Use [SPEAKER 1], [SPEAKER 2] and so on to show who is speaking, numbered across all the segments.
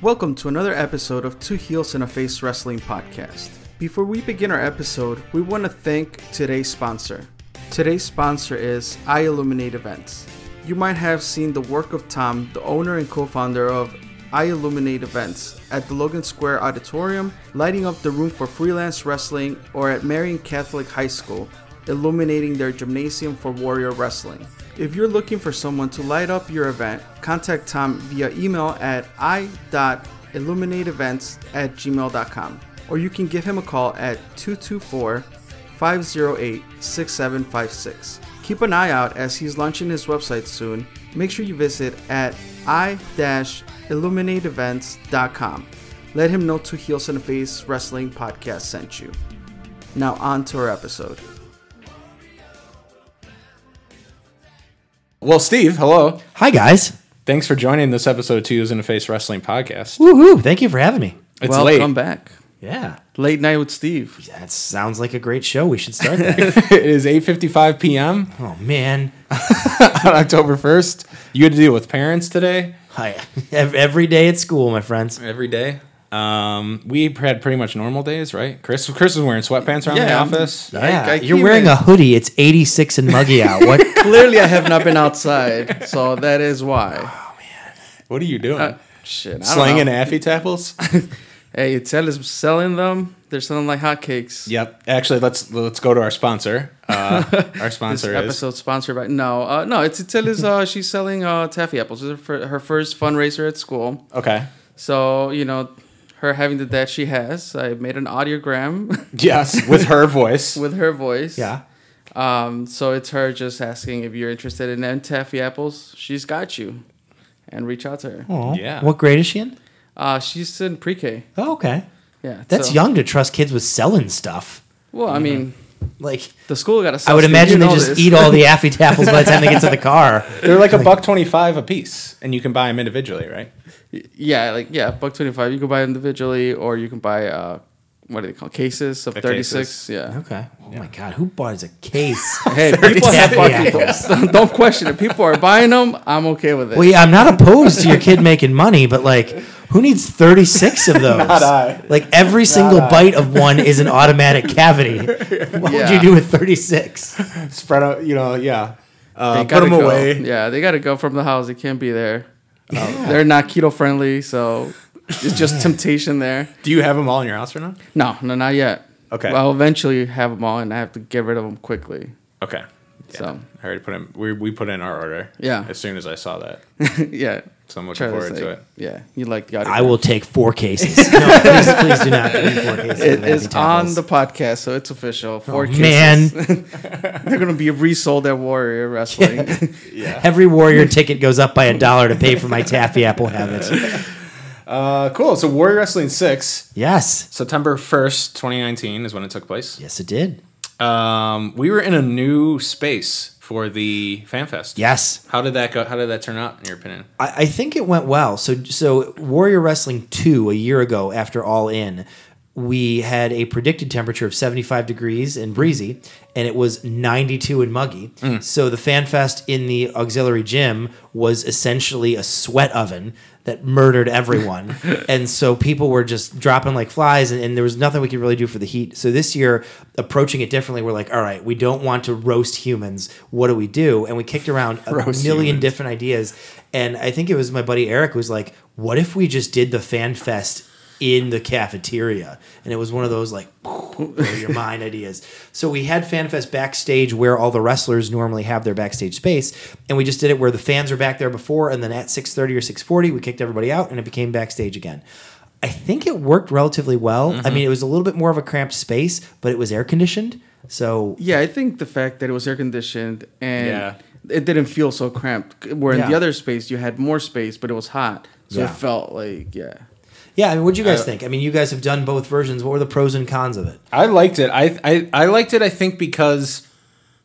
[SPEAKER 1] Welcome to another episode of Two Heels and a Face Wrestling Podcast. Before we begin our episode, we want to thank today's sponsor. Today's sponsor is I Illuminate Events. You might have seen the work of Tom, the owner and co founder of I Illuminate Events, at the Logan Square Auditorium, lighting up the room for freelance wrestling, or at Marion Catholic High School, illuminating their gymnasium for Warrior Wrestling. If you're looking for someone to light up your event, contact Tom via email at i.illuminateevents at gmail.com or you can give him a call at 224 508 6756. Keep an eye out as he's launching his website soon. Make sure you visit at i-illuminateevents.com. Let him know Two Heels and a Face Wrestling Podcast sent you. Now on to our episode.
[SPEAKER 2] Well, Steve, hello.
[SPEAKER 3] Hi guys.
[SPEAKER 2] Thanks for joining this episode of Two Years in a Face Wrestling Podcast.
[SPEAKER 3] Woohoo. Thank you for having me.
[SPEAKER 2] It's
[SPEAKER 1] Welcome
[SPEAKER 2] late.
[SPEAKER 1] back.
[SPEAKER 3] Yeah.
[SPEAKER 1] Late night with Steve.
[SPEAKER 3] That sounds like a great show. We should start that.
[SPEAKER 2] it is 8.55 p.m.
[SPEAKER 3] oh man.
[SPEAKER 2] on October 1st. You had to deal with parents today.
[SPEAKER 3] Hi. Ev- Every day at school, my friends.
[SPEAKER 2] Every day. Um, we had pretty much normal days, right? Chris Chris was wearing sweatpants around the
[SPEAKER 1] Yeah, I'm-
[SPEAKER 2] office.
[SPEAKER 1] I-
[SPEAKER 3] Yeah.
[SPEAKER 1] I
[SPEAKER 3] You're
[SPEAKER 1] came
[SPEAKER 3] wearing
[SPEAKER 1] in-
[SPEAKER 3] a hoodie. It's 86 and muggy out. What?
[SPEAKER 1] Clearly, I have not been outside, so that is why. Uh,
[SPEAKER 2] What are you doing?
[SPEAKER 1] Shit, I don't
[SPEAKER 2] Slinging
[SPEAKER 1] know.
[SPEAKER 2] affy tapples?
[SPEAKER 1] Hey, Intel is selling them. They're selling like hotcakes.
[SPEAKER 2] yep. Actually, let's let's go to our sponsor. Uh, our
[SPEAKER 1] This
[SPEAKER 2] sponsor is
[SPEAKER 1] episode sponsored by no, uh, no. It's Intel is uh, she's selling uh, taffy apples. This is her, fir- her first fundraiser at school,
[SPEAKER 2] okay.
[SPEAKER 1] so you know, her having the debt she has. I made an audiogram
[SPEAKER 2] Yes, with her voice.
[SPEAKER 1] with her voice.
[SPEAKER 3] yeah.
[SPEAKER 1] Um. So it's her just asking if you're interested in them taffy apples. She's got you, and reach out to her.
[SPEAKER 3] Aw.
[SPEAKER 2] Yeah.
[SPEAKER 3] Oh. What grade is she in?
[SPEAKER 1] Uh, she's in pre-K.
[SPEAKER 3] Oh, okay.
[SPEAKER 1] Yeah,
[SPEAKER 3] That's
[SPEAKER 1] so-
[SPEAKER 3] young to trust kids with selling stuff.
[SPEAKER 1] Well, I mean,
[SPEAKER 3] Like
[SPEAKER 1] the school got a.
[SPEAKER 3] I would imagine they just eat all the affy tapples by the time they get to the car.
[SPEAKER 2] They're like a buck twenty-five a piece, and you can buy them individually, right?
[SPEAKER 1] Yeah, like yeah, buck twenty five. You can buy individually, or you can buy uh, what do they call cases of
[SPEAKER 2] The
[SPEAKER 1] thirty six.
[SPEAKER 2] cases.
[SPEAKER 1] Yeah.
[SPEAKER 3] Okay. Oh my god, who bought a case?
[SPEAKER 1] Hey,
[SPEAKER 3] Thirty
[SPEAKER 1] people have
[SPEAKER 3] taffy
[SPEAKER 1] fucking apples. Don't question it. People are buying them. I'm okay with it.
[SPEAKER 3] Well, yeah, I'm not opposed to your kid making money, but like, who needs 36 of those?
[SPEAKER 2] I.
[SPEAKER 3] Like, every single bite of one is an automatic cavity. What would
[SPEAKER 1] Yeah.
[SPEAKER 3] you do with 36?
[SPEAKER 2] spread out, you know, yeah.
[SPEAKER 1] They
[SPEAKER 2] Uh, put
[SPEAKER 1] gotta
[SPEAKER 2] them
[SPEAKER 1] go.
[SPEAKER 2] away.
[SPEAKER 1] Yeah, they got to go from the house. They can't be there. Um, They're not keto friendly, so it's just temptation there.
[SPEAKER 2] Do you have them all in your house right now?
[SPEAKER 1] No, no, not yet.
[SPEAKER 2] Okay.
[SPEAKER 1] I'll eventually have them all, and I have to get rid of them quickly.
[SPEAKER 2] Okay. Yeah.
[SPEAKER 1] So.
[SPEAKER 2] I already put in. We, we put in our order.
[SPEAKER 1] Yeah.
[SPEAKER 2] As soon as I saw that,
[SPEAKER 1] yeah.
[SPEAKER 2] so I'm looking
[SPEAKER 1] Charlie's
[SPEAKER 2] forward to
[SPEAKER 1] like,
[SPEAKER 2] it.
[SPEAKER 1] Yeah, you like the audio.
[SPEAKER 3] I will take four cases. No, please, please do not give me four cases.
[SPEAKER 1] It
[SPEAKER 3] of
[SPEAKER 1] is
[SPEAKER 3] Abby
[SPEAKER 1] on
[SPEAKER 3] Tapples.
[SPEAKER 1] the podcast, so it's
[SPEAKER 2] Oh,
[SPEAKER 1] official. Four cases.
[SPEAKER 3] man.
[SPEAKER 1] They're gonna be resold at Warrior Wrestling.
[SPEAKER 3] Every Warrior ticket goes up by a dollar to pay for my taffy apple habit.
[SPEAKER 2] Uh, cool. So Warrior Wrestling Six,
[SPEAKER 3] Yes.
[SPEAKER 2] September first, 2019 is when it took place.
[SPEAKER 3] Yes, it did.
[SPEAKER 2] Um, we were in a new space for the Fan Fest.
[SPEAKER 3] Yes.
[SPEAKER 2] How did that go? How did that turn out in your opinion?
[SPEAKER 3] I, I think it went well. So so Warrior Wrestling two a year ago after All In, we had a predicted temperature of seventy five degrees and breezy, and it was ninety two and muggy.
[SPEAKER 2] Mm.
[SPEAKER 3] So the fan fest in the auxiliary gym was essentially a sweat oven that murdered everyone, and so people were just dropping like flies, and, and there was nothing we could really do for the heat. So this year, approaching it differently, we're like, all right, we don't want to roast humans. What do we do? And we kicked around a
[SPEAKER 2] Roast
[SPEAKER 3] million
[SPEAKER 2] humans.
[SPEAKER 3] different ideas. And I think it was my buddy Eric was like, "What if we just did the fan fest in the cafeteria?" And it was one of those like blow your mind ideas. So we had fan fest backstage where all the wrestlers normally have their backstage space, and we just did it where the fans were back there before, and then at six thirty or six forty, we kicked everybody out, and it became backstage again. I think it worked relatively well. I mean, it was a little bit more of a cramped space, but it was air conditioned. So
[SPEAKER 1] yeah, I think the fact that it was air conditioned and
[SPEAKER 2] Yeah.
[SPEAKER 1] it didn't feel so cramped. Where in the
[SPEAKER 3] Yeah.
[SPEAKER 1] other space you had more space, but it was hot, so it
[SPEAKER 3] Yeah.
[SPEAKER 1] felt like yeah.
[SPEAKER 3] yeah, I mean, what do you guys
[SPEAKER 2] Uh,
[SPEAKER 3] think? I mean, you guys have done both versions. What were the pros and cons of it?
[SPEAKER 2] I liked it. I I, I liked it. I think because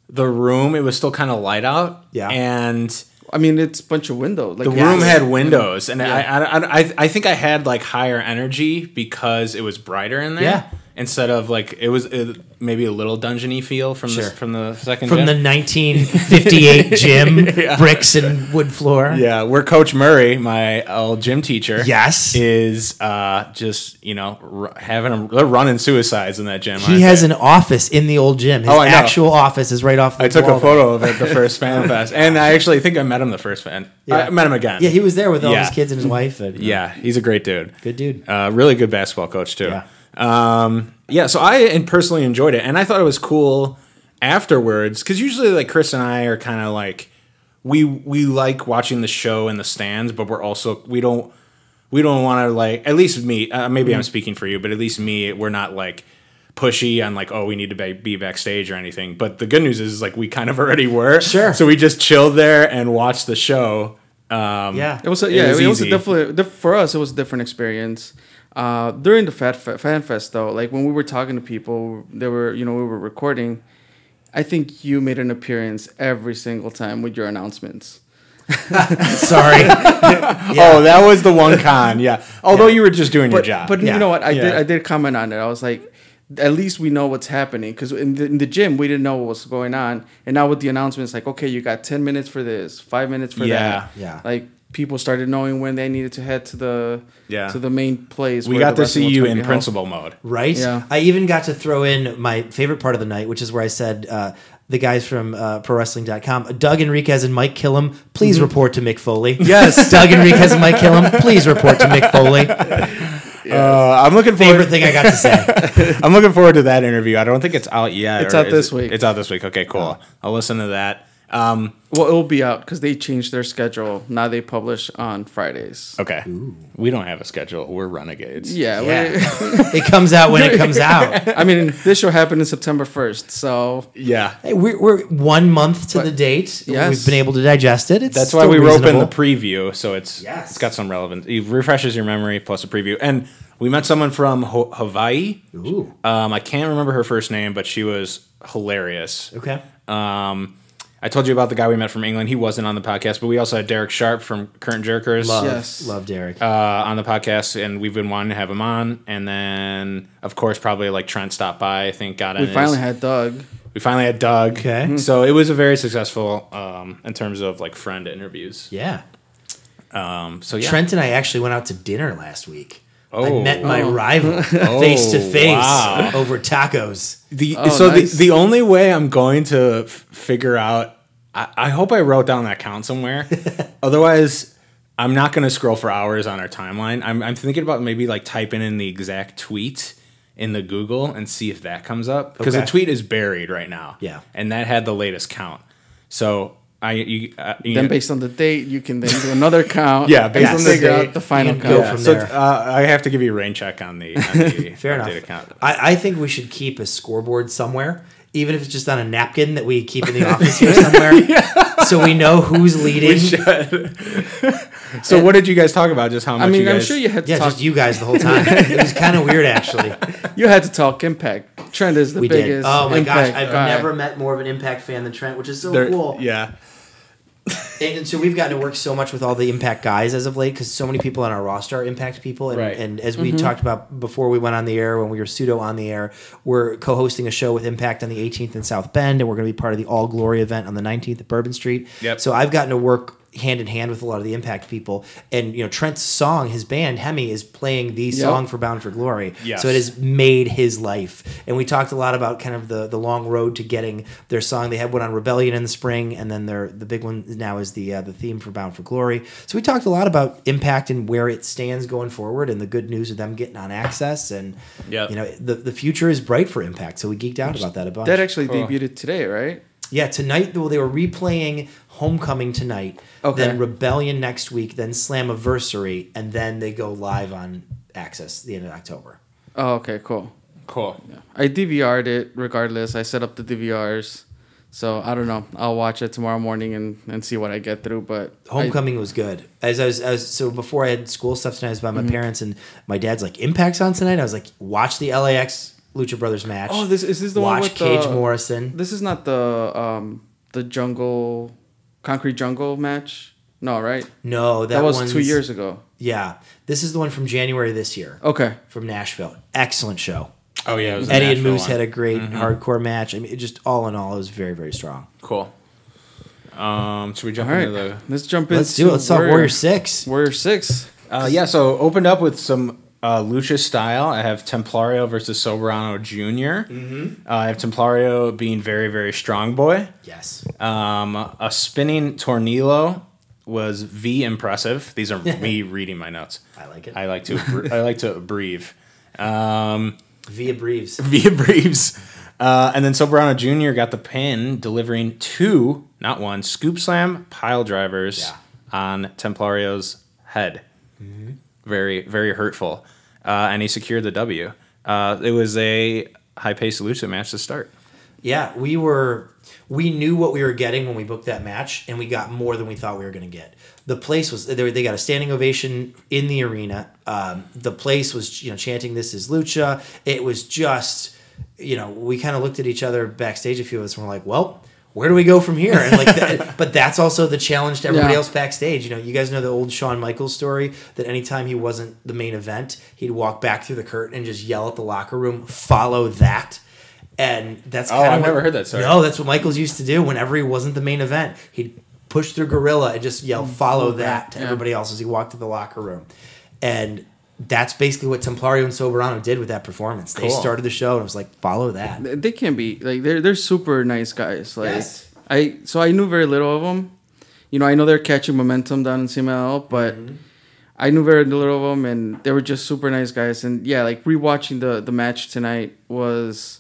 [SPEAKER 2] the room it was still kind of light out.
[SPEAKER 3] Yeah.
[SPEAKER 2] And
[SPEAKER 1] I mean, it's a bunch of windows. Like
[SPEAKER 2] the
[SPEAKER 1] yes.
[SPEAKER 2] room had windows, and I I, I, I I think I had like higher energy because it was brighter in there.
[SPEAKER 3] Yeah.
[SPEAKER 2] instead of like it was uh maybe a little dungeony feel from
[SPEAKER 3] Sure.
[SPEAKER 2] the from the second
[SPEAKER 3] From
[SPEAKER 2] gen.
[SPEAKER 3] the 1958 gym, bricks and wood floor.
[SPEAKER 2] Yeah, where Coach Murray, my old gym teacher,
[SPEAKER 3] Yes.
[SPEAKER 2] is uh, just you know r- having a, they're running suicides in that gym.
[SPEAKER 3] He
[SPEAKER 2] aren't
[SPEAKER 3] has
[SPEAKER 2] they?
[SPEAKER 3] an office in the old gym. His
[SPEAKER 2] Oh, I know.
[SPEAKER 3] actual office is right off the
[SPEAKER 2] I took
[SPEAKER 3] wall
[SPEAKER 2] a photo of it the first fan fest, and I actually think I met him the first fan. I met him again.
[SPEAKER 3] there. Yeah, he was there with all
[SPEAKER 2] Yeah.
[SPEAKER 3] his kids and his wife. and-
[SPEAKER 2] yeah, he's a great dude.
[SPEAKER 3] Good dude.
[SPEAKER 2] Uh, really good basketball coach too.
[SPEAKER 3] Yeah.
[SPEAKER 2] Yeah. Um, yeah. So I and personally enjoyed it, and I thought it was cool afterwards because usually like Chris and I are kind of like we we like watching the show in the stands, but we're also we don't we don't want to like at least me uh, maybe
[SPEAKER 3] Mm-hmm.
[SPEAKER 2] I'm speaking for you, but at least me we're not like pushy on like oh we need to be, be backstage or anything. But the good news is like we kind of already were.
[SPEAKER 3] Sure.
[SPEAKER 2] So we just chilled there and watched the show. Um,
[SPEAKER 3] Yeah.
[SPEAKER 1] It was a,
[SPEAKER 2] It
[SPEAKER 1] yeah, it
[SPEAKER 2] was
[SPEAKER 1] was, a
[SPEAKER 2] easy.
[SPEAKER 1] definitely diff- for us. It was a different experience. Uh, during the Fat Fe- Fan Fest, though, like when we were talking to people, they were you know we were recording. I think you made an appearance every single time with your announcements.
[SPEAKER 3] Sorry.
[SPEAKER 2] Oh, that was the one con. Yeah. Although you were just doing
[SPEAKER 1] But,
[SPEAKER 2] your job.
[SPEAKER 1] but
[SPEAKER 3] Yeah.
[SPEAKER 1] you know what? I did
[SPEAKER 2] Yeah.
[SPEAKER 1] I did comment on it. I was like, at least we know what's happening because in the, in the gym we didn't know what was going on, and now with the announcements, like okay, you got ten minutes for this, five minutes for
[SPEAKER 2] Yeah.
[SPEAKER 1] that.
[SPEAKER 3] Yeah.
[SPEAKER 1] Like people started knowing when they needed to head to the
[SPEAKER 2] Yeah.
[SPEAKER 1] to the main place.
[SPEAKER 2] we
[SPEAKER 1] where
[SPEAKER 2] got
[SPEAKER 1] the
[SPEAKER 2] to see
[SPEAKER 1] wrestling was
[SPEAKER 2] you
[SPEAKER 1] gonna
[SPEAKER 2] in
[SPEAKER 1] be held.
[SPEAKER 2] principal mode.
[SPEAKER 3] Right?
[SPEAKER 1] Yeah.
[SPEAKER 3] I even got to throw in my favorite part of the night, which is where I said uh, the guys from uh, ProWrestling.com, Doug Enriquez and Mike Killam, please report to Mick Foley. Yes. Doug Enriquez and Mike Killam, please report to Mick Foley.
[SPEAKER 2] Uh, I'm looking forward.
[SPEAKER 3] Favorite thing I got to say.
[SPEAKER 2] I'm looking forward to that interview. I don't think it's out yet.
[SPEAKER 1] It's
[SPEAKER 2] or
[SPEAKER 1] out
[SPEAKER 2] is
[SPEAKER 1] this
[SPEAKER 2] it-
[SPEAKER 1] week.
[SPEAKER 2] It's out this week. Okay, cool. I'll listen to that. Um,
[SPEAKER 1] Well, it'll be out because they changed their schedule. Now they publish on Fridays.
[SPEAKER 2] okay. We don't have a schedule. We're renegades.
[SPEAKER 1] Yeah.
[SPEAKER 3] Yeah. It comes out when it comes out.
[SPEAKER 1] we- I mean, this show happened in September 1st. So,
[SPEAKER 2] Yeah.
[SPEAKER 3] Hey, we're, we're one month to the date.
[SPEAKER 1] Yes.
[SPEAKER 3] We've been able to digest it. It's
[SPEAKER 2] That's why
[SPEAKER 3] still
[SPEAKER 2] we rope in
[SPEAKER 3] reasonable.
[SPEAKER 2] the preview, so it's
[SPEAKER 3] Yes.
[SPEAKER 2] it's got some relevance. It refreshes your memory plus a preview. And we met someone from Ho- Hawaii.
[SPEAKER 3] Ooh.
[SPEAKER 2] Um, I can't remember her first name, but she was hilarious.
[SPEAKER 3] Okay.
[SPEAKER 2] Um, I told you about the guy we met from England. He wasn't on the podcast, but we also had Derek Sharp from Current Jerkers
[SPEAKER 3] Love,
[SPEAKER 1] Yes.
[SPEAKER 3] love Derek.
[SPEAKER 2] uh, on the podcast, and we've been wanting to have him on. And then, of course, probably like Trent stopped by. I think got in.
[SPEAKER 1] we
[SPEAKER 2] his-
[SPEAKER 1] finally had Doug.
[SPEAKER 2] we finally had Doug.
[SPEAKER 3] Okay. Mhm.
[SPEAKER 2] so it was a very successful um, in terms of like friend interviews.
[SPEAKER 3] yeah.
[SPEAKER 2] Um, so yeah,
[SPEAKER 3] Trent and I actually went out to dinner last week. I
[SPEAKER 2] Oh.
[SPEAKER 3] met my rival face to
[SPEAKER 2] wow.
[SPEAKER 3] face over tacos.
[SPEAKER 2] The
[SPEAKER 1] Oh,
[SPEAKER 2] so
[SPEAKER 1] nice.
[SPEAKER 2] the, the only way I'm going to f- figure out I, I hope I wrote down that count somewhere. Otherwise, I'm not going to scroll for hours on our timeline. I'm I'm thinking about maybe like typing in the exact tweet in the Google and see if that comes up because
[SPEAKER 3] Okay.
[SPEAKER 2] the tweet is buried right now.
[SPEAKER 3] Yeah.
[SPEAKER 2] and that had the latest count. So I you, uh, you
[SPEAKER 1] Then, based on the date, you can then do another count.
[SPEAKER 2] Yeah, based
[SPEAKER 1] Yes.
[SPEAKER 2] on the
[SPEAKER 1] Figure
[SPEAKER 2] date,
[SPEAKER 1] out the final
[SPEAKER 3] you
[SPEAKER 1] count.
[SPEAKER 3] go from
[SPEAKER 2] so
[SPEAKER 3] there.
[SPEAKER 2] uh, I have to give you a rain check on the, on the
[SPEAKER 3] Fair
[SPEAKER 2] updated
[SPEAKER 3] enough.
[SPEAKER 2] count.
[SPEAKER 3] I, I think we should keep a scoreboard somewhere, even if it's just on a napkin that we keep in the office here somewhere, so we know who's leading.
[SPEAKER 2] So what did you guys talk about? Just how much
[SPEAKER 1] I mean,
[SPEAKER 2] you guys,
[SPEAKER 1] I'm sure you had to
[SPEAKER 3] Yeah,
[SPEAKER 1] talk.
[SPEAKER 3] just you guys the whole time. it was kind of weird, actually.
[SPEAKER 1] you had to talk impact. Trend is the
[SPEAKER 3] We
[SPEAKER 1] biggest.
[SPEAKER 3] did. Oh my gosh,
[SPEAKER 1] Impact
[SPEAKER 3] I've
[SPEAKER 1] guy.
[SPEAKER 3] never met more of an Impact fan than Trent, which is so
[SPEAKER 2] There-
[SPEAKER 3] cool.
[SPEAKER 2] Yeah.
[SPEAKER 3] And, and so we've gotten to work so much with all the impact guys as of late because so many people on our roster are impact people. And,
[SPEAKER 2] Right.
[SPEAKER 3] and as we
[SPEAKER 1] Mm-hmm.
[SPEAKER 3] talked about before we went on the air, when we were pseudo on the air, we're co hosting a show with Impact on the 18th in South Bend. And we're going to be part of the All Glory event on the 19th at Bourbon Street.
[SPEAKER 2] Yep.
[SPEAKER 3] So I've gotten to work hand in hand with a lot of the impact people. And, you know, Trent's song, his band, Hemi, is playing the song for Bound for Glory.
[SPEAKER 2] Yes.
[SPEAKER 3] So it has made his life. And we talked a lot about kind of the the long road to getting their song. They had one on Rebellion in the spring, and then their the big one now is the uh, the theme for Bound for Glory. So we talked a lot about impact and where it stands going forward, and the good news of them getting on access, and
[SPEAKER 2] Yep.
[SPEAKER 3] you know the the future is bright for impact. So we geeked out about that a bunch.
[SPEAKER 1] That actually debuted today, right?
[SPEAKER 3] Yeah, tonight well, they were replaying Homecoming tonight,
[SPEAKER 1] Okay.
[SPEAKER 3] then Rebellion next week, then Slammiversary, and then they go live on Access the end of October.
[SPEAKER 1] Oh, okay, cool.
[SPEAKER 2] Cool.
[SPEAKER 1] I DVR'd it regardless. I set up the DVRs. So I don't know. I'll watch it tomorrow morning and, and see what I get through. But I-
[SPEAKER 3] Homecoming was good. As I was, I was, so before I had school stuff tonight, I was by my
[SPEAKER 1] Mm-hmm.
[SPEAKER 3] parents, and my dad's like, "Impact's on tonight." I was like, "Watch the LAX Lucha Brothers match."
[SPEAKER 1] Oh, this is this the one
[SPEAKER 3] watch
[SPEAKER 1] with uh,
[SPEAKER 3] Cage
[SPEAKER 1] the,
[SPEAKER 3] Morrison.
[SPEAKER 1] This is not the um the jungle concrete jungle match. No, right?
[SPEAKER 3] No, that,
[SPEAKER 1] That, was
[SPEAKER 3] one's-
[SPEAKER 1] two years Oh. ago.
[SPEAKER 3] Yeah, this is the one from January this year
[SPEAKER 1] Okay.
[SPEAKER 3] from Nashville. Excellent show.
[SPEAKER 2] Oh yeah, it was a
[SPEAKER 3] Eddie and
[SPEAKER 2] Nashville
[SPEAKER 3] Moose
[SPEAKER 2] one.
[SPEAKER 3] had a great
[SPEAKER 1] Mm-hmm.
[SPEAKER 3] hardcore match. I mean, it just all in all, it was very very strong.
[SPEAKER 2] cool. Um, should we jump
[SPEAKER 1] All right,
[SPEAKER 2] into the?
[SPEAKER 1] let's jump in.
[SPEAKER 3] Let's do it. Let's talk Warrior Six.
[SPEAKER 1] Warrior Six.
[SPEAKER 2] Uh, yeah, so opened up with some uh, lucha style. I have Templario versus Soberano junior Uh, I have Templario being very very strong boy.
[SPEAKER 3] Yes.
[SPEAKER 2] Um, a spinning tornillo was v impressive. These are me reading my notes.
[SPEAKER 3] I like it.
[SPEAKER 2] I like to abbre- I like to breathe. Um,
[SPEAKER 3] Via Breves.
[SPEAKER 2] via Breves. Uh, and then Soberano Jr. got the pin, delivering two, not one, scoop slam pile drivers
[SPEAKER 3] Yeah.
[SPEAKER 2] on Templario's head. Mm-hmm. Very, very hurtful. Uh, and he secured the W. Uh, it was a high paced lucha match to start.
[SPEAKER 3] Yeah, we were we knew what we were getting when we booked that match and we got more than we thought we were going to get. The place was they, were- they got a standing ovation in the arena. Um, the place was you know chanting this is lucha. It was just you know we kind of looked at each other backstage a few of us and we're like, "Well, where do we go from here?" And like that, but that's also the challenge to everybody
[SPEAKER 1] Yeah.
[SPEAKER 3] else backstage. You know, you guys know the old Shawn Michaels story that anytime he wasn't the main event, he'd walk back through the curtain and just yell at the locker room, "Follow that." And that's
[SPEAKER 2] Oh,
[SPEAKER 3] kinda
[SPEAKER 2] I've
[SPEAKER 3] what-
[SPEAKER 2] never heard that, sorry.
[SPEAKER 3] No, that's what Michaels used to do whenever he wasn't the main event. He'd push through Gorilla and just yell, follow that to
[SPEAKER 1] yeah.
[SPEAKER 3] everybody else as he walked to the locker room. And that's basically what Templario and Soberano did with that performance. They
[SPEAKER 2] Cool.
[SPEAKER 3] started the show and it was like, follow that.
[SPEAKER 1] They can be like they're they're super nice guys. Like
[SPEAKER 3] Yes.
[SPEAKER 1] I so I knew very little of them. You know, I know they're catching momentum down in CML, but
[SPEAKER 3] Mm-hmm.
[SPEAKER 1] I knew very little of them, and they were just super nice guys. And yeah, like rewatching the the match tonight was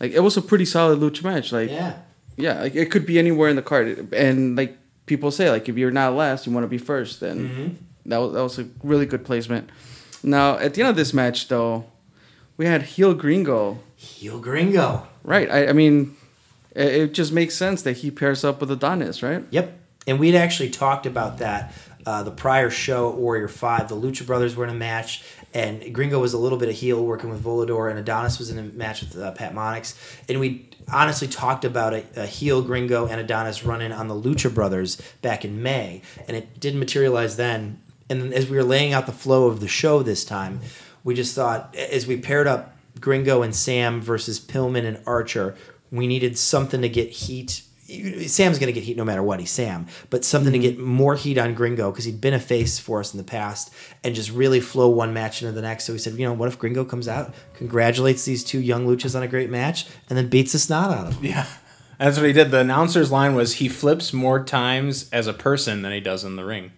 [SPEAKER 1] like it was a pretty solid lucha match. Like
[SPEAKER 3] Yeah.
[SPEAKER 1] yeah, like it could be anywhere in the card, and like people say, like if you're not last, you want to be first, and that was that was a really good placement. Now at the end of this match, though, we had heel Gringo.
[SPEAKER 3] Heel gringo.
[SPEAKER 1] Right. I, I mean, it, it just makes sense that he pairs up with Adonis, right?
[SPEAKER 3] Yep. And we'd actually talked about that uh, the prior show at Warrior 5. The Lucha Brothers were in a match, and Gringo was a little bit of heel working with Volador, and Adonis was in a match with uh, Pat Monix. And we honestly talked about a, a heel Gringo and Adonis run in on the Lucha Brothers back in May, and it did materialize then. And then as we were laying out the flow of the show this time, we just thought, as we paired up Gringo and Sam versus Pillman and Archer, we needed something to get heat Sam's going to get heat no matter what. He's Sam, but something to get more heat on Gringo because he'd been a face for us in the past and just really flow one match into the next. So we said, you know, what if Gringo comes out, congratulates these two young luchas on a great match, and then beats the snot out of them?
[SPEAKER 2] Yeah. That's what he did. The announcer's line was he flips more times as a person than he does in the ring.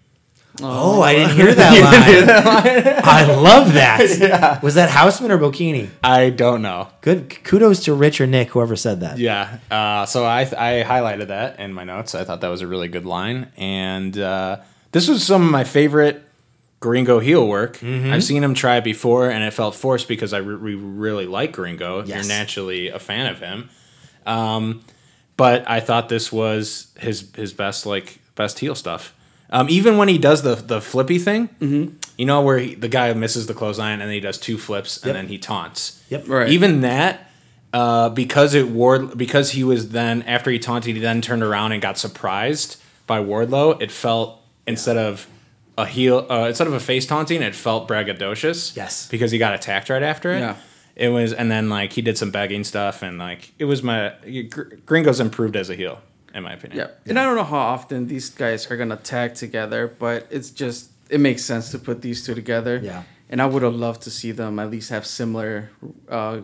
[SPEAKER 3] Oh, I didn't hear that line. I love that. Was that Houseman or Bocchini?
[SPEAKER 2] I don't know.
[SPEAKER 3] Good kudos to Rich or Nick, whoever said that.
[SPEAKER 2] Yeah. Uh, so I I highlighted that in my notes. I thought that was a really good line, and uh, this was some of my favorite Gringo heel work.
[SPEAKER 3] Mm-hmm.
[SPEAKER 2] I've seen him try it before, and it felt forced because I re- we really like Gringo.
[SPEAKER 3] Yes.
[SPEAKER 2] You're naturally a fan of him, um, but I thought this was his his best like best heel stuff. Um, even when he does the the flippy thing,
[SPEAKER 3] Mm-hmm.
[SPEAKER 2] you know where he, the guy misses the clothesline and then he does two flips and
[SPEAKER 3] Yep.
[SPEAKER 2] then he taunts.
[SPEAKER 3] Yep.
[SPEAKER 1] Right.
[SPEAKER 2] Even that, uh, because it Ward, because he was then after he taunted, he then turned around and got surprised by Wardlow. It felt instead of a heel, uh, instead of a face taunting, it felt braggadocious.
[SPEAKER 3] Yes.
[SPEAKER 2] because he got attacked right after it.
[SPEAKER 1] Yeah.
[SPEAKER 2] It was, and then like he did some begging stuff, and like it was my Gr- Gringo's improved as a heel, in my opinion.
[SPEAKER 1] Yeah. And I don't know how often these guys are going to tag together, but it's just, it makes sense to put these two together.
[SPEAKER 3] Yeah.
[SPEAKER 1] And I would have loved to see them at least have similar uh,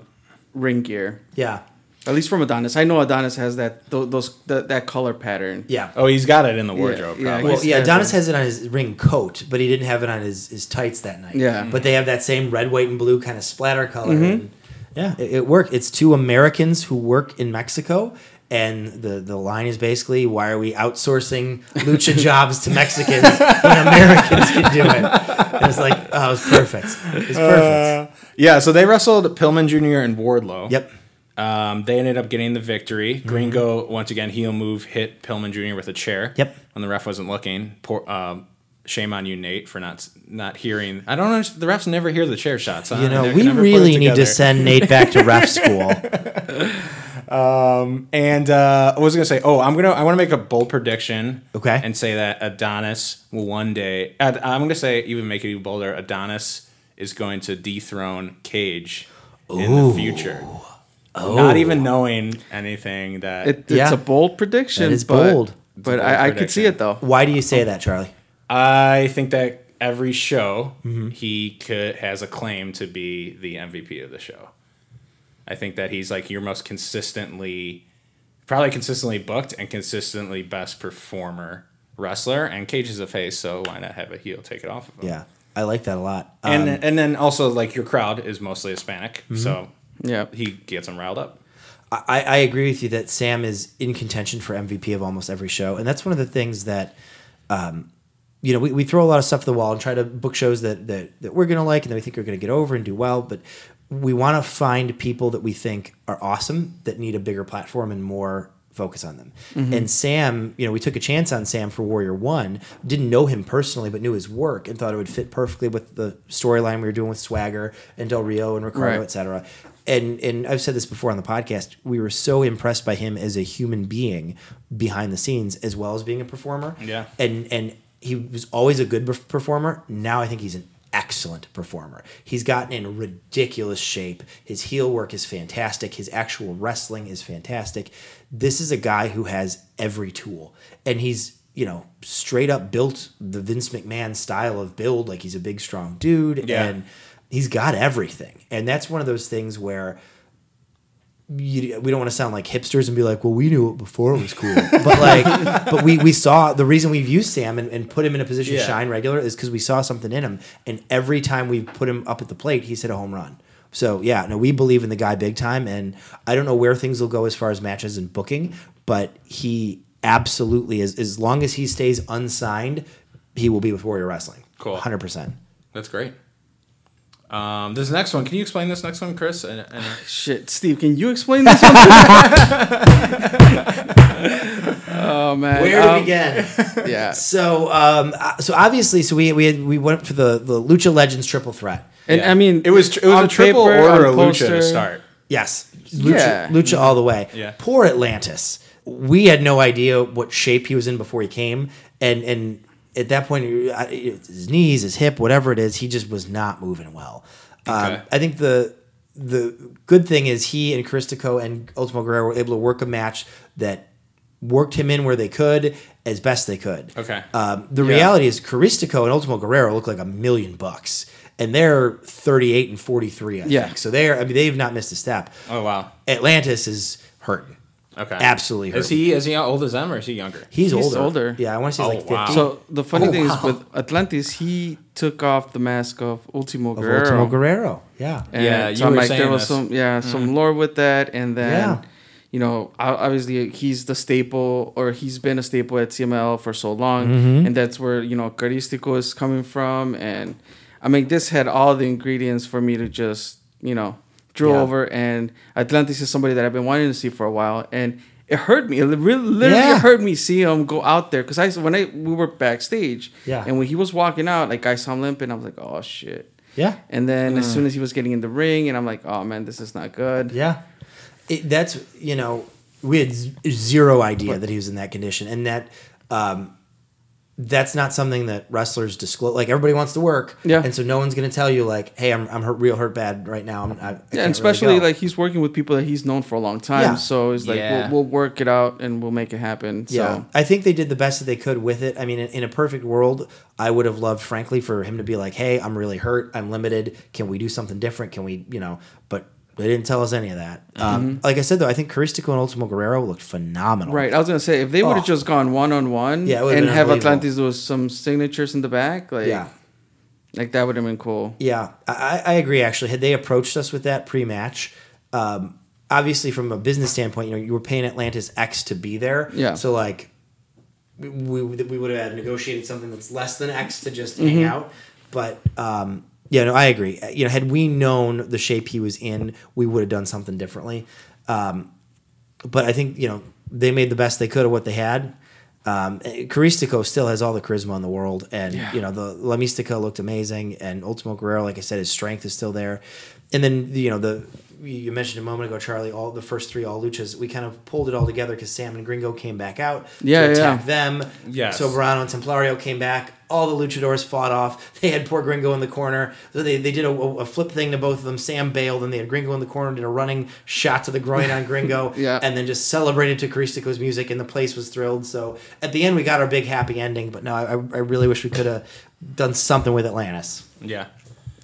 [SPEAKER 1] ring gear,
[SPEAKER 3] Yeah.
[SPEAKER 1] at least from Adonis. I know Adonis has that tho- those that that color pattern.
[SPEAKER 3] Yeah.
[SPEAKER 2] Oh, he's got it in the wardrobe.
[SPEAKER 1] yeah,
[SPEAKER 2] probably.
[SPEAKER 1] I
[SPEAKER 3] Well,
[SPEAKER 1] guess
[SPEAKER 3] yeah,
[SPEAKER 1] they're
[SPEAKER 3] Adonis
[SPEAKER 1] the-
[SPEAKER 3] has it on his ring coat, but he didn't have it on his, his tights that night.
[SPEAKER 1] Yeah.
[SPEAKER 3] But they have that same red, white, and blue kind of splatter color.
[SPEAKER 2] Mm-hmm.
[SPEAKER 3] And yeah, it, it worked. It's two Americans who work in Mexico. And the, the line is basically, why are we outsourcing lucha jobs to Mexicans when Americans can do it? It was like, oh, it was perfect. It was perfect.
[SPEAKER 2] Uh, Yeah, so they wrestled Pillman Jr. and Wardlow.
[SPEAKER 3] yep.
[SPEAKER 2] Um, they ended up getting the victory.
[SPEAKER 3] Mm-hmm.
[SPEAKER 2] Gringo, once again, heel move hit Pillman Jr. with a chair.
[SPEAKER 3] Yep.
[SPEAKER 2] When the ref wasn't looking. Poor, um, shame on you, Nate, for not not hearing. I don't know. The refs never hear the chair shots. Huh?
[SPEAKER 3] You know,
[SPEAKER 2] They can
[SPEAKER 3] we
[SPEAKER 2] never put it
[SPEAKER 3] really need to
[SPEAKER 2] together.
[SPEAKER 3] send Nate back to ref school.
[SPEAKER 2] And uh, I was gonna say, oh, I'm gonna I want to make a bold prediction.
[SPEAKER 3] Okay.
[SPEAKER 2] And say that Adonis will one day. Ad, I'm gonna say even make it even bolder. Adonis is going to dethrone Cage in the future.
[SPEAKER 3] Oh.
[SPEAKER 2] Not even knowing anything that
[SPEAKER 1] It, it's
[SPEAKER 3] Yeah.
[SPEAKER 1] a bold prediction.
[SPEAKER 3] That is
[SPEAKER 1] but-
[SPEAKER 3] bold.
[SPEAKER 1] But,
[SPEAKER 2] It's a bold
[SPEAKER 1] I, I could see
[SPEAKER 2] prediction.
[SPEAKER 1] it though.
[SPEAKER 3] Why do you say that, Charlie?
[SPEAKER 2] I think that every show
[SPEAKER 1] Mm-hmm.
[SPEAKER 2] he could has a claim to be the MVP of the show. I think that he's like your most consistently, probably consistently booked and consistently best performer wrestler. And Cage is a face, so why not have a heel take it off of him?
[SPEAKER 3] Yeah, I like that a lot. Um,
[SPEAKER 2] And and then also like your crowd is mostly Hispanic,
[SPEAKER 1] Mm-hmm.
[SPEAKER 2] so
[SPEAKER 1] Yeah.
[SPEAKER 2] he gets them riled up.
[SPEAKER 3] I, I agree with you that Sam is in contention for MVP of almost every show, and that's one of the things that, um, you know, we, we throw a lot of stuff to the wall and try to book shows that that, that we're going to like and that we think are going to get over and do well, but we want to find people that we think are awesome that need a bigger platform and more focus on them. And Sam, you know, we took a chance on Sam for Warrior One, didn't know him personally, but knew his work and thought it would fit perfectly with the storyline we were doing with Swagger and Del Rio and Ricardo,
[SPEAKER 1] Right.
[SPEAKER 3] et cetera. And and I've said this before on the podcast. We were so impressed by him as a human being behind the scenes, as well as being a performer.
[SPEAKER 2] Yeah.
[SPEAKER 3] And and he was always a good perf- performer. Now I think he's an excellent performer. He's gotten in ridiculous shape. His heel work is fantastic. His actual wrestling is fantastic. This is a guy who has every tool, and he's you know straight up built the Vince McMahon style of build. Like he's a big, strong dude,
[SPEAKER 2] Yeah.
[SPEAKER 3] and he's got everything. And that's one of those things where you, we don't want to sound like hipsters and be like, well, we knew it before it was cool. but like, but we, we saw the reason we've used Sam and, and put him in a position to
[SPEAKER 2] Yeah.
[SPEAKER 3] shine regular is because we saw something in him. And every time we put him up at the plate, he's hit a home run. So yeah, no, we believe in the guy big time. And I don't know where things will go as far as matches and booking, but he absolutely is. As long as he stays unsigned, he will be with Warrior Wrestling.
[SPEAKER 2] Cool.
[SPEAKER 3] 100%.
[SPEAKER 2] That's great. Um, this next one, can you explain this next one, Chris? And, and
[SPEAKER 1] Shit, Steve, can you explain this one? oh man.
[SPEAKER 3] Where to
[SPEAKER 1] Um,
[SPEAKER 3] begin?
[SPEAKER 1] Yeah.
[SPEAKER 3] So, um, uh, so obviously, so we we had, we went for the the Lucha Legends triple threat.
[SPEAKER 1] And
[SPEAKER 2] Yeah.
[SPEAKER 1] I mean,
[SPEAKER 2] it was tr- it was
[SPEAKER 1] on
[SPEAKER 2] a triple
[SPEAKER 1] paper,
[SPEAKER 2] order
[SPEAKER 1] on
[SPEAKER 2] of lucha
[SPEAKER 1] poster-
[SPEAKER 2] to start.
[SPEAKER 3] Yes, Lucha,
[SPEAKER 1] Yeah.
[SPEAKER 3] Lucha all the way.
[SPEAKER 2] Yeah.
[SPEAKER 3] Poor Atlantis. We had no idea what shape he was in before he came, and and at that point, I- his knees, his hip, whatever it is, he just was not moving well. Um,
[SPEAKER 2] Okay.
[SPEAKER 3] I think the the good thing is he and Christico and Ultimo Guerrero were able to work a match that worked him in where they could as best they could.
[SPEAKER 2] Okay.
[SPEAKER 3] Um, the reality is Caristico and Ultimo Guerrero look like a million bucks, and they're 38 and 43, I
[SPEAKER 1] Yeah.
[SPEAKER 3] think. So they're, I mean, they've not missed a step.
[SPEAKER 2] Oh wow.
[SPEAKER 3] Atlantis is hurting.
[SPEAKER 2] Okay.
[SPEAKER 3] Absolutely hurting.
[SPEAKER 2] Is he is he old as them or is he younger?
[SPEAKER 3] He's,
[SPEAKER 1] He's
[SPEAKER 3] older.
[SPEAKER 1] older.
[SPEAKER 3] Yeah, I want to say he's
[SPEAKER 2] Oh,
[SPEAKER 3] like
[SPEAKER 2] wow.
[SPEAKER 3] 50.
[SPEAKER 1] So the funny
[SPEAKER 3] Oh,
[SPEAKER 1] thing
[SPEAKER 3] wow.
[SPEAKER 1] is with Atlantis, he took off the mask of Ultimo
[SPEAKER 3] of
[SPEAKER 1] Guerrero.
[SPEAKER 3] Ultimo Guerrero. Yeah.
[SPEAKER 1] And
[SPEAKER 2] Yeah,
[SPEAKER 1] so
[SPEAKER 2] you
[SPEAKER 1] I'm
[SPEAKER 2] were
[SPEAKER 1] like, there
[SPEAKER 2] saying
[SPEAKER 1] was
[SPEAKER 2] this. Mm-hmm.
[SPEAKER 1] some yeah some lore with that, and then
[SPEAKER 3] Yeah.
[SPEAKER 1] you know o- obviously he's the staple or he's been a staple at CML for so long,
[SPEAKER 3] Mm-hmm.
[SPEAKER 1] and that's where you know Caristico is coming from, and I mean this had all the ingredients for me to just you know drool
[SPEAKER 3] Yeah.
[SPEAKER 1] over, and Atlantis is somebody that I've been wanting to see for a while, and. It hurt me. It really, literally
[SPEAKER 3] Yeah.
[SPEAKER 1] hurt me see him go out there because I when I we were backstage,
[SPEAKER 3] Yeah.
[SPEAKER 1] and when he was walking out, like I saw him limping, I was like, "Oh shit!"
[SPEAKER 3] Yeah.
[SPEAKER 1] And then as soon as he was getting in the ring, and I'm like, oh man, this is not good.
[SPEAKER 3] Hmm. Yeah. It, that's, you know, we had z- zero idea that he was in that condition. And that, um, that's not something that wrestlers disclose. Like everybody wants to work,
[SPEAKER 1] Yeah.
[SPEAKER 3] and so no one's going to tell you like, "Hey, I'm I'm hurt, real hurt bad right now." I'm, I, I
[SPEAKER 1] Yeah, and
[SPEAKER 3] can't really
[SPEAKER 1] especially
[SPEAKER 3] go."
[SPEAKER 1] like he's working with people that he's known for a long time,
[SPEAKER 3] Yeah.
[SPEAKER 1] so it's like
[SPEAKER 2] Yeah.
[SPEAKER 1] we'll, we'll work it out and we'll make it happen. So
[SPEAKER 3] Yeah, I think they did the best that they could with it. I mean, in, in a perfect world, I would have loved, frankly, for him to be like, "Hey, I'm really hurt. I'm limited. Can we do something different? Can we, you know?" But they didn't tell us any of that. Um, like I said, though, I think Caristico and Ultimo Guerrero looked phenomenal.
[SPEAKER 1] right, I was gonna say if they would have
[SPEAKER 3] Oh.
[SPEAKER 1] just gone one on one,
[SPEAKER 3] Yeah, it would've
[SPEAKER 1] and
[SPEAKER 3] been
[SPEAKER 1] have
[SPEAKER 3] unbelievable.
[SPEAKER 1] Atlantis with some signatures in the back, like
[SPEAKER 3] Yeah.
[SPEAKER 1] like that would have been cool.
[SPEAKER 3] Yeah, I, I agree. Actually, had they approached us with that pre-match, um, obviously from a business standpoint, you know, you were paying Atlantis X to be there.
[SPEAKER 1] Yeah.
[SPEAKER 3] So like, we we, we would have negotiated something that's less than X to just hang out. But um, yeah, no, I agree. You know, had we known the shape he was in, we would have done something differently. Um, but I think you know they made the best they could of what they had. Um, Caristico still has all the charisma in the world, and you know the La Mystica looked amazing, and Ultimo Guerrero, like I said, his strength is still there. And then you know the you you mentioned a moment ago, Charlie. All the first three all luchas, we kind of pulled it all together because Sam and Gringo came back out
[SPEAKER 1] Yeah,
[SPEAKER 3] to
[SPEAKER 1] yeah.
[SPEAKER 3] attack them.
[SPEAKER 2] Yes.
[SPEAKER 3] Soberano and Templario came back. All the luchadors fought off. They had poor Gringo in the corner. So They, they did a, a flip thing to both of them. Sam bailed, and they had Gringo in the corner. Did a running shot to the groin on Gringo,
[SPEAKER 1] Yeah.
[SPEAKER 3] and then just celebrated to Caristico's music, and the place was thrilled. So at the end, we got our big happy ending. But no, I, I really wish we could have done something with Atlantis.
[SPEAKER 2] Yeah.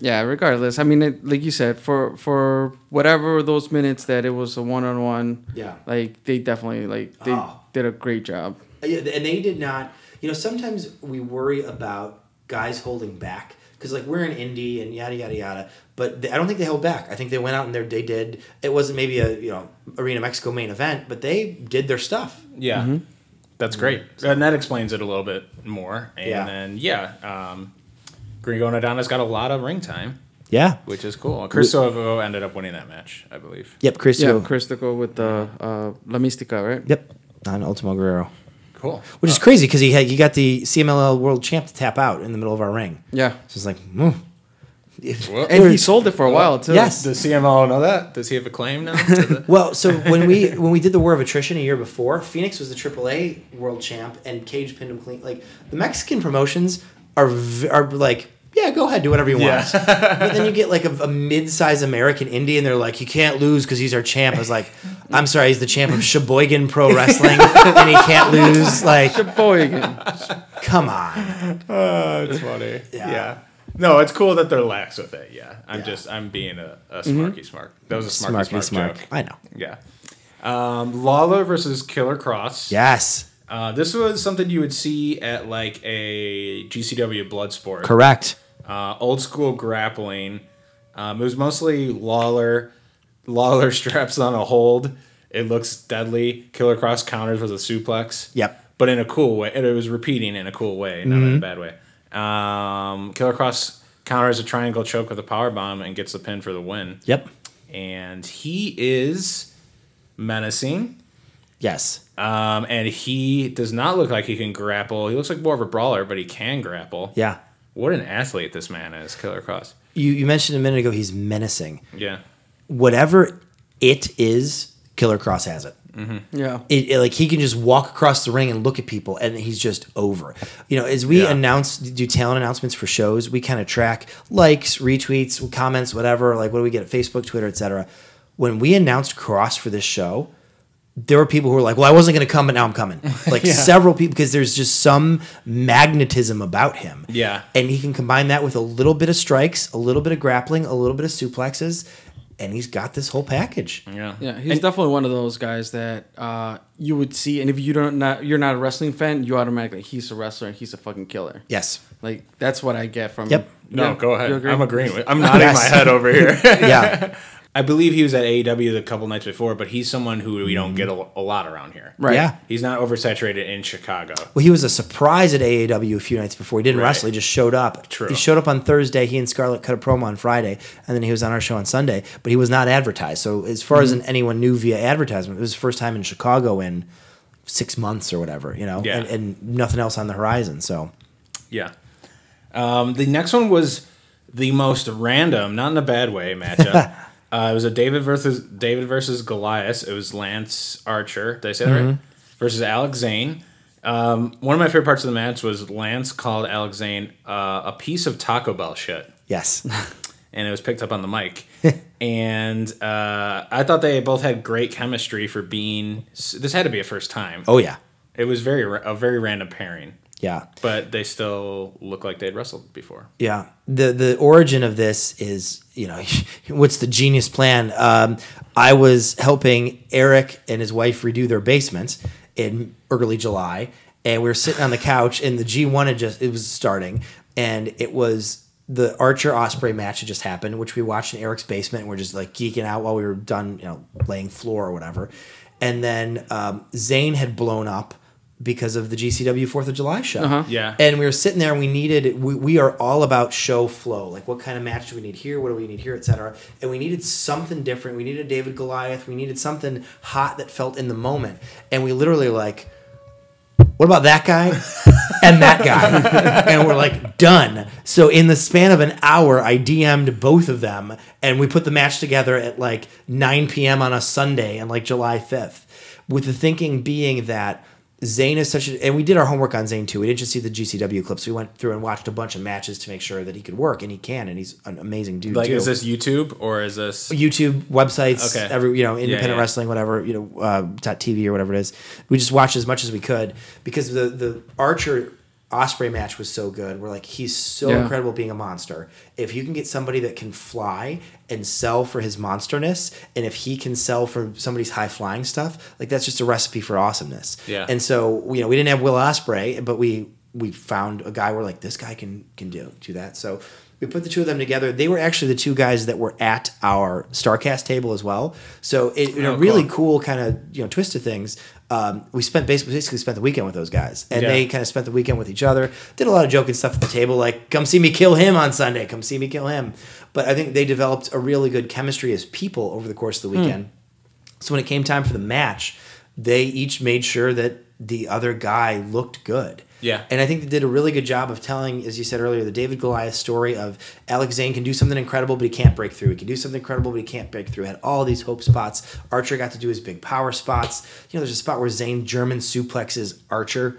[SPEAKER 1] Yeah, regardless. I mean, it, like you said, for for whatever those minutes that it was a one on one.
[SPEAKER 3] Yeah.
[SPEAKER 1] Like they definitely like they
[SPEAKER 3] Oh.
[SPEAKER 1] did a great job.
[SPEAKER 3] Yeah, and they did not. You know, sometimes we worry about guys holding back because, like, we're an indie and yada yada yada. But they, I don't think they held back. I think they went out and they they did. It wasn't maybe a you know Arena Mexico main event, but they did their stuff.
[SPEAKER 2] Yeah.
[SPEAKER 3] Mm-hmm.
[SPEAKER 2] That's great. And that explains it a little bit more. And
[SPEAKER 3] Yeah.
[SPEAKER 2] then, yeah, um, Gringo and Adonis got a lot of ring time,
[SPEAKER 3] Yeah.
[SPEAKER 2] which is cool. Cristovo ended up winning that match, I believe.
[SPEAKER 3] Yep. Chris.
[SPEAKER 1] Yeah, Christico with the uh, La Mística, right?
[SPEAKER 3] Yep. On Ultimo Guerrero, Uh,
[SPEAKER 2] Cool.
[SPEAKER 3] which is crazy because he had he got the CMLL World Champ to tap out in the middle of our ring.
[SPEAKER 1] Yeah.
[SPEAKER 3] So it's like, hmm.
[SPEAKER 2] Well,
[SPEAKER 1] And he sold it for a while too.
[SPEAKER 3] Yes.
[SPEAKER 2] Does CML know that? Does he have a claim now? to the-
[SPEAKER 3] Well, so when we when we did the War of Attrition a year before, Phoenix was the AAA world champ, and Cage pinned him clean. Like the Mexican promotions are v- are like, yeah, go ahead, do whatever you want. but then you get like a, a mid sized American indie, and they're like, you can't lose because he's our champ. I was like, I'm sorry, he's the champ of Sheboygan Pro Wrestling, and he can't lose. Like,
[SPEAKER 1] Boy again.
[SPEAKER 3] come on.
[SPEAKER 2] Oh, it's funny.
[SPEAKER 3] Yeah.
[SPEAKER 2] yeah. No, it's cool that they're lax with it. Yeah. I'm
[SPEAKER 3] Yeah. Mm-hmm.
[SPEAKER 2] just, I'm being a, a smarky smark. That was a smarky
[SPEAKER 3] Smarky
[SPEAKER 2] smark.
[SPEAKER 3] smart.
[SPEAKER 2] joke.
[SPEAKER 3] I know.
[SPEAKER 2] Yeah. Um, Lawler versus Killer Cross.
[SPEAKER 3] Yes,
[SPEAKER 2] Uh, this was something you would see at like a GCW blood sport.
[SPEAKER 3] correct.
[SPEAKER 2] Uh, old school grappling. Um, it was mostly Lawler. Lawler straps on a hold. It looks deadly. Killer Cross counters with a suplex.
[SPEAKER 3] Yep. Mm-hmm.
[SPEAKER 2] But in a cool way. And it was repeating in a cool way, not in a bad way. Um, Killer Cross counters a triangle choke with a power bomb and gets the pin for the win.
[SPEAKER 3] Yep.
[SPEAKER 2] And he is menacing.
[SPEAKER 3] Yes.
[SPEAKER 2] Um, and he does not look like he can grapple. He looks like more of a brawler, but he can grapple.
[SPEAKER 3] Yeah.
[SPEAKER 2] What an athlete this man is, Killer Cross.
[SPEAKER 3] You you mentioned a minute ago he's menacing.
[SPEAKER 2] Yeah.
[SPEAKER 3] whatever it is, Killer Cross has it.
[SPEAKER 1] Yeah.
[SPEAKER 3] It, it- Like he can just walk across the ring and look at people, and he's just over. You know, as we
[SPEAKER 2] Yeah.
[SPEAKER 3] announce, do talent announcements for shows, we kind of track likes, retweets, comments, whatever. Like what do we get at Facebook, Twitter, etc. When we announced Cross for this show, there were people who were like, "Well, I wasn't going to come, but now I'm coming." Like several people, because there's just some magnetism about him.
[SPEAKER 2] Yeah.
[SPEAKER 3] and he can combine that with a little bit of strikes, a little bit of grappling, a little bit of suplexes, and he's got this whole package.
[SPEAKER 2] Yeah.
[SPEAKER 1] Yeah, he's definitely one of those guys that uh, you would see, and if you don't not you're not a wrestling fan, you automatically he's a wrestler and he's a fucking killer.
[SPEAKER 3] Yes.
[SPEAKER 1] Like that's what I get from.
[SPEAKER 3] Yep.
[SPEAKER 2] No,
[SPEAKER 1] Yeah,
[SPEAKER 2] go ahead.
[SPEAKER 1] you agree?
[SPEAKER 2] I'm agreeing with I'm nodding
[SPEAKER 3] Yes.
[SPEAKER 2] my head over here.
[SPEAKER 3] Yeah.
[SPEAKER 2] I believe he was at AEW a E couple nights before, but he's someone who we don't get a, a lot around here.
[SPEAKER 1] Right.
[SPEAKER 3] Yeah.
[SPEAKER 2] He's not oversaturated in Chicago.
[SPEAKER 3] Well, he was a surprise at AAW a few nights before. He didn't
[SPEAKER 2] Right.
[SPEAKER 3] wrestle. He just showed up.
[SPEAKER 2] True.
[SPEAKER 3] He showed up on Thursday. He and Scarlett cut a promo on Friday, and then he was on our show on Sunday. But he was not advertised. So as far
[SPEAKER 2] Mm-hmm.
[SPEAKER 3] as anyone knew via advertisement, it was his first time in Chicago in six months or whatever. You know,
[SPEAKER 2] Yeah.
[SPEAKER 3] and, and nothing else on the horizon. So
[SPEAKER 2] Yeah. Um, the next one was the most random, not in a bad way, matchup. uh, it was a David versus David versus Goliath. It was Lance Archer. Did I say that
[SPEAKER 3] Mm-hmm.
[SPEAKER 2] right? Versus Alex Zane. Um, one of my favorite parts of the match was Lance called Alex Zane uh, a piece of Taco Bell shit,
[SPEAKER 3] yes,
[SPEAKER 2] and it was picked up on the mic. and uh, I thought they both had great chemistry for being. This had to be a first time.
[SPEAKER 3] oh yeah,
[SPEAKER 2] It was very ra- a very random pairing,
[SPEAKER 3] yeah.
[SPEAKER 2] but they still look like they'd wrestled before.
[SPEAKER 3] Yeah. The the origin of this is, you know, what's the genius plan? Um, I was helping Eric and his wife redo their basement in early July, and we were sitting on the couch, and the G1 had just it was starting, and it was the Archer Osprey match had just happened, which we watched in Eric's basement, and we're just like geeking out while we were done, you know, laying floor or whatever. And then um, Zane had blown up because of the GCW Fourth of July show.
[SPEAKER 2] Yeah.
[SPEAKER 3] And we were sitting there and we needed, we, we are all about show flow. Like, what kind of match do we need here? What do we need here, et cetera? And we needed something different. We needed David Goliath. We needed something hot that felt in the moment. And we literally, like, what about that guy and that guy? and we're like, done. So in the span of an hour, I DM'd both of them and we put the match together at like 9 p.m. on a Sunday and like July 5th. With the thinking being that Zayn is such a, and we did our homework on Zayn too. We didn't just see the GCW clips. We went through and watched a bunch of matches to make sure that he could work, and he can, and he's an amazing dude.
[SPEAKER 2] Like,
[SPEAKER 3] too.
[SPEAKER 2] is this YouTube or is this?
[SPEAKER 3] YouTube websites,
[SPEAKER 2] Okay.
[SPEAKER 3] every you know, independent
[SPEAKER 2] yeah.
[SPEAKER 3] wrestling, whatever you know, uh, dot TV or whatever it is. We just watched as much as we could because the the Archer Osprey match was so good. We're like, he's so
[SPEAKER 1] Yeah.
[SPEAKER 3] incredible being a monster. If you can get somebody that can fly and sell for his monsterness, and if he can sell for somebody's high flying stuff, like that's just a recipe for awesomeness.
[SPEAKER 2] Yeah.
[SPEAKER 3] And so you know, we didn't have Will Osprey, but we we found a guy. We're like, this guy can can do do that. So we put the two of them together. They were actually the two guys that were at our Starcast table as well. So it, in
[SPEAKER 2] Oh,
[SPEAKER 3] a really cool kind of you know twist of things. Um, we spent basically, basically spent the weekend with those guys, and
[SPEAKER 2] Yeah.
[SPEAKER 3] they kind of spent the weekend with each other. Did a lot of joking stuff at the table, like "Come see me kill him on Sunday," "Come see me kill him." But I think they developed a really good chemistry as people over the course of
[SPEAKER 2] Hmm.
[SPEAKER 3] the weekend. So when it came time for the match, they each made sure that the other guy looked good.
[SPEAKER 2] Yeah.
[SPEAKER 3] And I think they did a really good job of telling, as you said earlier, the David Goliath story of Alex Zane can do something incredible, but he can't break through. He can do something incredible, but he can't break through. Had all these hope spots. Archer got to do his big power spots. You know, there's a spot where Zane German suplexes Archer.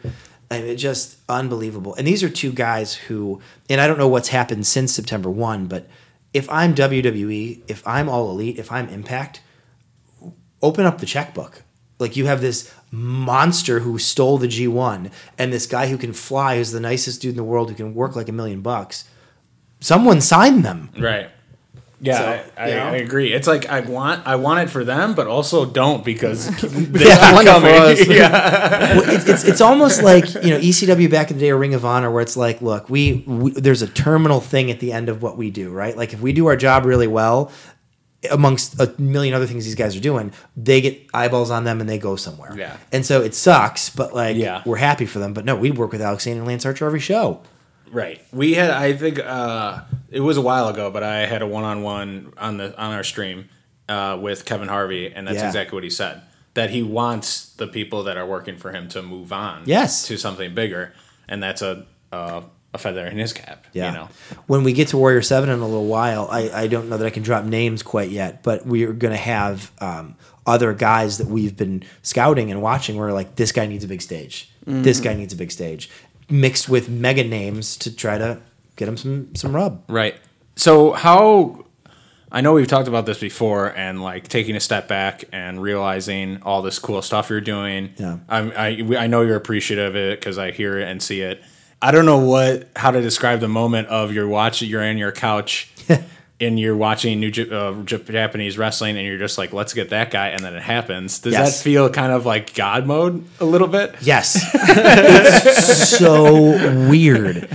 [SPEAKER 3] I mean, it just unbelievable. And these are two guys who, and I don't know what's happened since September 1, but if I'm WWE, if I'm All Elite, if I'm Impact, open up the checkbook. Like you have this monster who stole the G1 and this guy who can fly, who's the nicest dude in the world, who can work like a million bucks. Someone signed them.
[SPEAKER 2] Right. Yeah,
[SPEAKER 3] So,
[SPEAKER 2] I, I,
[SPEAKER 3] you know?
[SPEAKER 2] I agree. It's like I want I want it for them, but also don't because they
[SPEAKER 3] Yeah,
[SPEAKER 2] keep
[SPEAKER 3] I want
[SPEAKER 2] coming.
[SPEAKER 3] it for us.
[SPEAKER 2] yeah.
[SPEAKER 3] Well, it's, it's, it's almost like, you know, ECW back in the day or Ring of Honor where it's like, look, we, we there's a terminal thing at the end of what we do, right? Like if we do our job really well, amongst a million other things these guys are doing, they get eyeballs on them and they go somewhere.
[SPEAKER 2] Yeah.
[SPEAKER 3] And so it sucks, but like
[SPEAKER 2] Yeah.
[SPEAKER 3] we're happy for them. But no, we'd work with Alex Zane and Lance Archer every show.
[SPEAKER 2] Right. We had I think uh it was a while ago, but I had a one on one on the on our stream uh with Kevin Harvey and that's
[SPEAKER 3] Yeah.
[SPEAKER 2] exactly what he said. That he wants the people that are working for him to move on
[SPEAKER 3] Yes.
[SPEAKER 2] to something bigger. And that's a uh, a feather in his cap.
[SPEAKER 3] Yeah.
[SPEAKER 2] You know.
[SPEAKER 3] When we get to Warrior Seven in a little while, I, I don't know that I can drop names quite yet, but we are going to have um, other guys that we've been scouting and watching. Where like this guy needs a big stage, this
[SPEAKER 2] Mm-hmm.
[SPEAKER 3] guy needs a big stage, mixed with mega names to try to get him some some rub.
[SPEAKER 2] Right. So how I know we've talked about this before and like taking a step back and realizing all this cool stuff you're doing.
[SPEAKER 3] Yeah.
[SPEAKER 2] I'm, I we- I know you're appreciative of it cuz I hear it and see it. I don't know what how to describe the moment of you're watching you're on your couch and you're watching new J- uh, J- Japanese wrestling and you're just like let's get that guy and then it happens. Does
[SPEAKER 3] Yes.
[SPEAKER 2] that feel kind of like god mode a little bit?
[SPEAKER 3] Yes. it's so weird.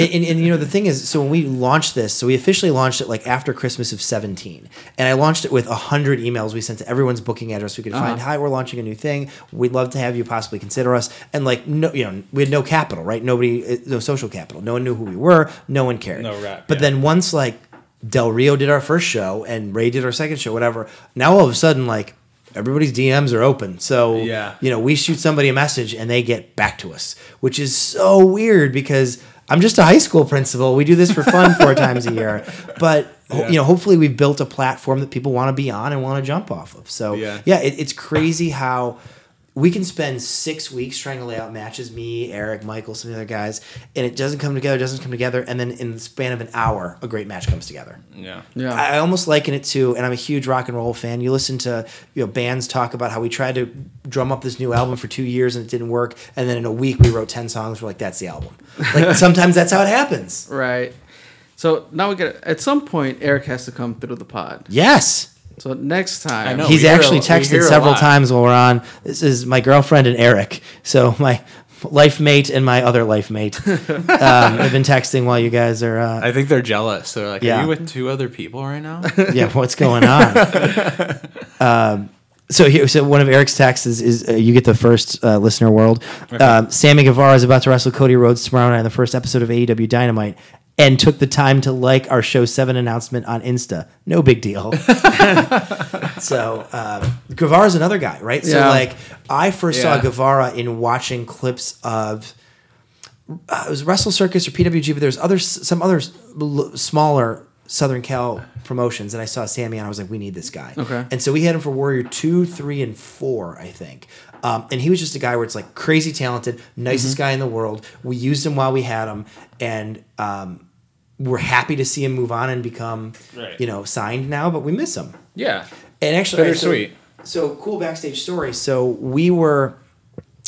[SPEAKER 3] And, and, and, you know, the thing is, so when we launched this, so we officially launched it like after Christmas of 17. And I launched it with 100 emails we sent to everyone's booking address we could
[SPEAKER 2] Uh-huh.
[SPEAKER 3] find. Hi, we're launching a new thing. We'd love to have you possibly consider us. And like, no, you know, we had no capital, right? Nobody, uh, no social capital. No one knew who we were. No one cared.
[SPEAKER 2] No rep,
[SPEAKER 3] But
[SPEAKER 2] yeah.
[SPEAKER 3] then once like Del Rio did our first show and Ray did our second show, whatever, now all of a sudden, like, everybody's DMs are open. So,
[SPEAKER 2] Yeah.
[SPEAKER 3] you know, we shoot somebody a message and they get back to us, which is so weird because I'm just a high school principal. We do this for fun four times a year, but ho- you know, hopefully we've built a platform that people want to be on and want to jump off of. So
[SPEAKER 2] Yeah.
[SPEAKER 3] yeah, it, it's crazy how we can spend six weeks trying to lay out matches, me, Eric, Michael, some of the other guys, and it doesn't come together, doesn't come together. And then in the span of an hour, a great match comes together.
[SPEAKER 2] Yeah.
[SPEAKER 1] Yeah.
[SPEAKER 3] I I almost liken it to, and I'm a huge rock and roll fan. You listen to you know bands talk about how we tried to drum up this new album for two years and it didn't work, and then in a week we wrote ten songs. We're like, that's the album. Like sometimes that's how it happens.
[SPEAKER 1] Right. So now we got at some point Eric has to come through the pod.
[SPEAKER 3] Yes,
[SPEAKER 1] So next time
[SPEAKER 2] I know. No,
[SPEAKER 3] he's
[SPEAKER 2] we hear
[SPEAKER 3] actually
[SPEAKER 2] a- we hear
[SPEAKER 3] texted
[SPEAKER 2] a
[SPEAKER 3] several
[SPEAKER 2] lot.
[SPEAKER 3] times while we're on. This is my girlfriend and Eric, so my life mate and my other life mate. um, I've been texting while you guys are. Uh,
[SPEAKER 2] I think they're jealous. They're like,
[SPEAKER 3] Yeah.
[SPEAKER 2] "Are you with two other people right now?"
[SPEAKER 3] yeah, what's going on? um, so here, so one of Eric's texts is, is uh, you get the first uh, listener world. Um, Sammy Guevara is about to wrestle Cody Rhodes tomorrow night on the first episode of AEW E Dynamite. and took the time to like our show seven announcement on Insta. No big deal. so uh, Guevara's another guy, right? So
[SPEAKER 1] Yeah.
[SPEAKER 3] like I first
[SPEAKER 2] Yeah.
[SPEAKER 3] saw Guevara in watching clips of uh, it was Wrestle Circus or PWG, but there's other some other s- l- smaller Southern Cal promotions, and I saw Sammy, and I was like, we need this guy.
[SPEAKER 1] Okay.
[SPEAKER 3] And so we had him for Warrior two, three, and four, I think. Um, and he was just a guy where it's like crazy talented, nicest guy in the world. We used him while we had him, and um, we're happy to see him move on and become,
[SPEAKER 2] Right.
[SPEAKER 3] you know, signed now. But we miss him.
[SPEAKER 2] Yeah.
[SPEAKER 3] And actually, all right, so-
[SPEAKER 2] Bittersweet.
[SPEAKER 3] So, cool backstage story. So we were,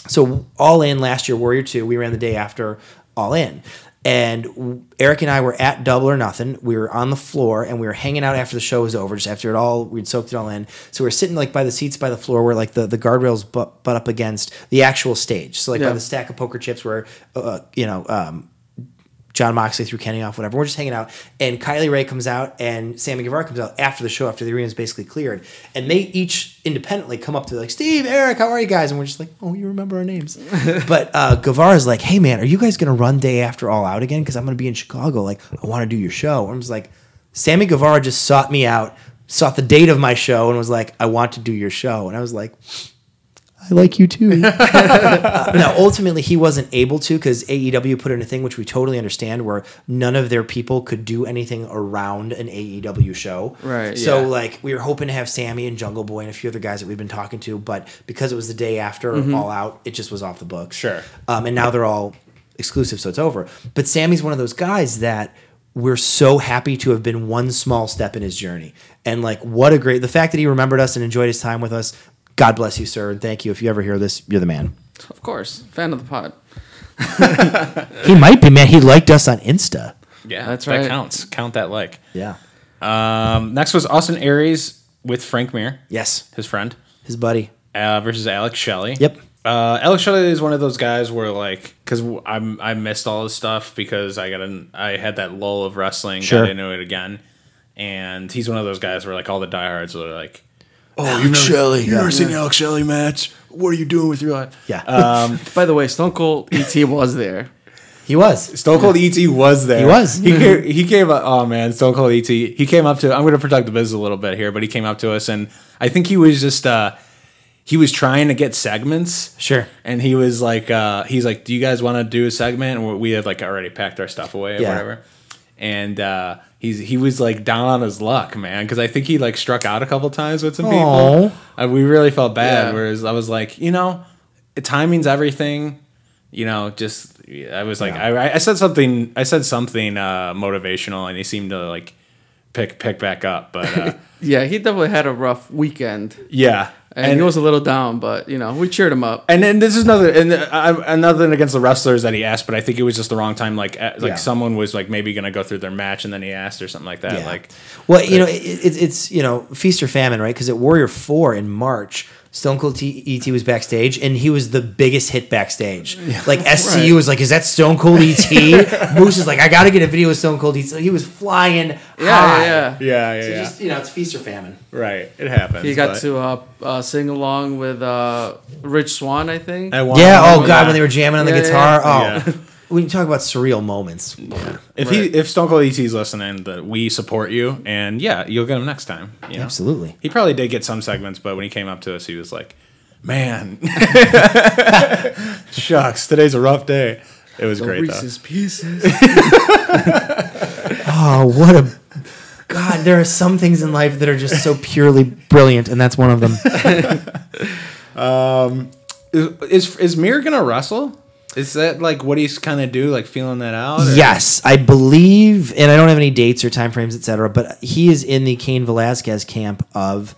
[SPEAKER 3] so all in last year, Warrior Two. We ran the day after All In, and w- Eric and I were at Double or Nothing. We were on the floor and we were hanging out after the show was over. Just after it all, we'd soaked it all in. So we were sitting like by the seats by the floor, where like the the guardrails butt, butt up against the actual stage. So like
[SPEAKER 1] Yeah.
[SPEAKER 3] by the stack of poker chips, where uh, you know. Um, John Moxley through Kenny off, whatever. We're just hanging out. And Kylie Ray comes out and Sammy Guevara comes out after the show, after the arena's basically cleared. And they each independently come up to like, Steve, Eric, how are you guys? And we're just like, oh, you remember our names. but uh, Guevara's like, hey, man, are you guys going to run day after all out again? Because I'm going to be in Chicago. Like, I want to do your show. And I'm just like, Sammy Guevara just sought me out, sought the date of my show, and was like, I want to do your show. And I was like, I like you too. now ultimately he wasn't able to because AEW put in a thing which we totally understand where none of their people could do anything around an AEW show.
[SPEAKER 1] Right,
[SPEAKER 3] So
[SPEAKER 2] yeah.
[SPEAKER 3] like we were hoping to have Sammy and Jungle Boy and a few other guys that we've been talking to, but because it was the day after All Out, it just was off the books.
[SPEAKER 2] Sure.
[SPEAKER 3] Um, and now they're all exclusive, so it's over. But Sammy's one of those guys that we're so happy to have been one small step in his journey. And like, what a great the fact that he remembered us and enjoyed his time with us. God bless you, sir, and thank you. If you ever hear this, you're the man.
[SPEAKER 1] Of course, fan of the pod.
[SPEAKER 3] He might be, man. He liked us on Insta.
[SPEAKER 2] Yeah.
[SPEAKER 1] That's
[SPEAKER 2] That
[SPEAKER 1] right.
[SPEAKER 2] counts. Count that like.
[SPEAKER 3] Yeah.
[SPEAKER 2] Um, next was Austin Aries with Frank Mir,
[SPEAKER 3] Yes.
[SPEAKER 2] his friend,
[SPEAKER 3] His buddy.
[SPEAKER 2] uh, versus Alex Shelley.
[SPEAKER 3] Yep.
[SPEAKER 2] Uh, Alex Shelley is one of those guys where like, because I'm I missed all his stuff because I got an I had that lull of wrestling,
[SPEAKER 3] Sure.
[SPEAKER 2] got into it again, and he's one of those guys where like all the diehards are like,
[SPEAKER 3] Shelly.
[SPEAKER 2] you never seen the Alex Shelley match? What are you doing with your life?
[SPEAKER 3] Yeah.
[SPEAKER 1] By the way, Stone Cold ET was there.
[SPEAKER 3] he was.
[SPEAKER 2] Stone Cold ET was there.
[SPEAKER 3] He was.
[SPEAKER 2] He came, he came up. Oh man, Stone Cold ET. He came up to. I'm going to protect the biz a little bit here, but he came up to us, and I think he was just. uh He was trying to get segments.
[SPEAKER 3] Sure.
[SPEAKER 2] And he was like, uh he's like, "Do you guys want to do a segment?" And we had like already packed our stuff away or
[SPEAKER 3] Yeah.
[SPEAKER 2] whatever. And uh he's he was like down on his luck, man, because I think he like struck out a couple times with some
[SPEAKER 3] Aw.
[SPEAKER 2] people. Uh, we really felt bad.
[SPEAKER 1] Yeah.
[SPEAKER 2] Whereas I was like, you know, timing's everything you know, just I was like, I, I said something, I said something uh, motivational, and he seemed to like pick pick back up. But uh,
[SPEAKER 1] Yeah, he definitely had a rough weekend,
[SPEAKER 2] yeah,
[SPEAKER 1] and, he was a little down, but you know we cheered him up.
[SPEAKER 2] And then this is another, and uh, I, nothing against the wrestlers that he asked, but I think it was just the wrong time. Like, uh, like
[SPEAKER 3] Yeah.
[SPEAKER 2] someone was like maybe gonna go through their match, and then he asked or something like that.
[SPEAKER 3] Yeah.
[SPEAKER 2] Like,
[SPEAKER 3] well, you know, it, it, it's you know feast or famine, right? Because at Warrior Four in March, Stone Cold T- ET was backstage, and he was the biggest hit backstage. Like SCU
[SPEAKER 1] Right.
[SPEAKER 3] was like, "Is that Stone Cold ET?" Moose is like, "I got to get a video of Stone Cold ET." So he was flying
[SPEAKER 1] Yeah,
[SPEAKER 3] high.
[SPEAKER 1] yeah, yeah.
[SPEAKER 2] yeah, yeah,
[SPEAKER 3] So
[SPEAKER 2] yeah.
[SPEAKER 3] just you know, it's feast or famine.
[SPEAKER 2] right. It happens.
[SPEAKER 1] He got
[SPEAKER 2] but-
[SPEAKER 1] to uh, uh, sing along with uh, Rich Swan, I think.
[SPEAKER 2] I want-
[SPEAKER 3] yeah. Oh
[SPEAKER 1] yeah.
[SPEAKER 3] God, when they were jamming on the
[SPEAKER 1] Yeah, yeah,
[SPEAKER 3] guitar.
[SPEAKER 2] yeah.
[SPEAKER 3] Oh, when you talk about surreal moments.
[SPEAKER 2] if he
[SPEAKER 1] Right.
[SPEAKER 2] if Stone Cold ET is listening, that we support you, and yeah, you'll get him next time. You know?
[SPEAKER 3] Absolutely.
[SPEAKER 2] He probably did get some segments, but when he came up to us, he was like, "Man, shucks, today's a rough day." It was great
[SPEAKER 1] Reese's Pieces.
[SPEAKER 3] Oh, what a God! There are some things in life that are just so purely brilliant, and that's one of them.
[SPEAKER 2] though. Is is, is Mir gonna wrestle? Is that like what he's kind of do, like feeling that out? or-
[SPEAKER 3] yes, I believe, and I don't have any dates or timeframes, etc. But he is in the Kane Velasquez camp of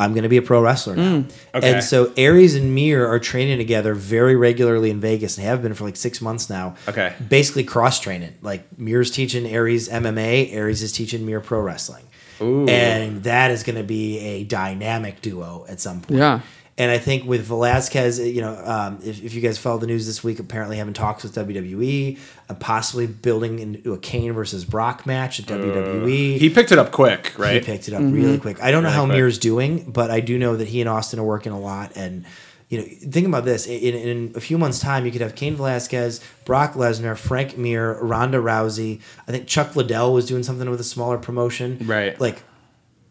[SPEAKER 3] I'm going to be a pro wrestler now.
[SPEAKER 2] Mm, okay.
[SPEAKER 3] And so Aries and Mir are training together very regularly in Vegas and have been for like six months now.
[SPEAKER 2] Okay.
[SPEAKER 3] basically cross training. Like Mir's teaching Aries MMA, Aries is teaching Mir pro wrestling.
[SPEAKER 2] Ooh.
[SPEAKER 3] And that is going to be a dynamic duo at some point.
[SPEAKER 1] Yeah.
[SPEAKER 3] And I think with Velazquez, you know, um, if, if you guys followed the news this week, apparently having talks with WWE, uh, possibly building into a Kane versus Brock match at E. WWE.
[SPEAKER 2] Uh, he picked it up quick, right?
[SPEAKER 3] He picked it up really quick. I don't know how
[SPEAKER 2] quick.
[SPEAKER 3] Mir's doing, but I do know that he and Austin are working a lot, and you know, think about this. In, in a few months' time, you could have Kane Velasquez, Brock Lesnar, Frank Mir, Ronda Rousey. I think Chuck Liddell was doing something with a smaller promotion.
[SPEAKER 2] Right.
[SPEAKER 3] Like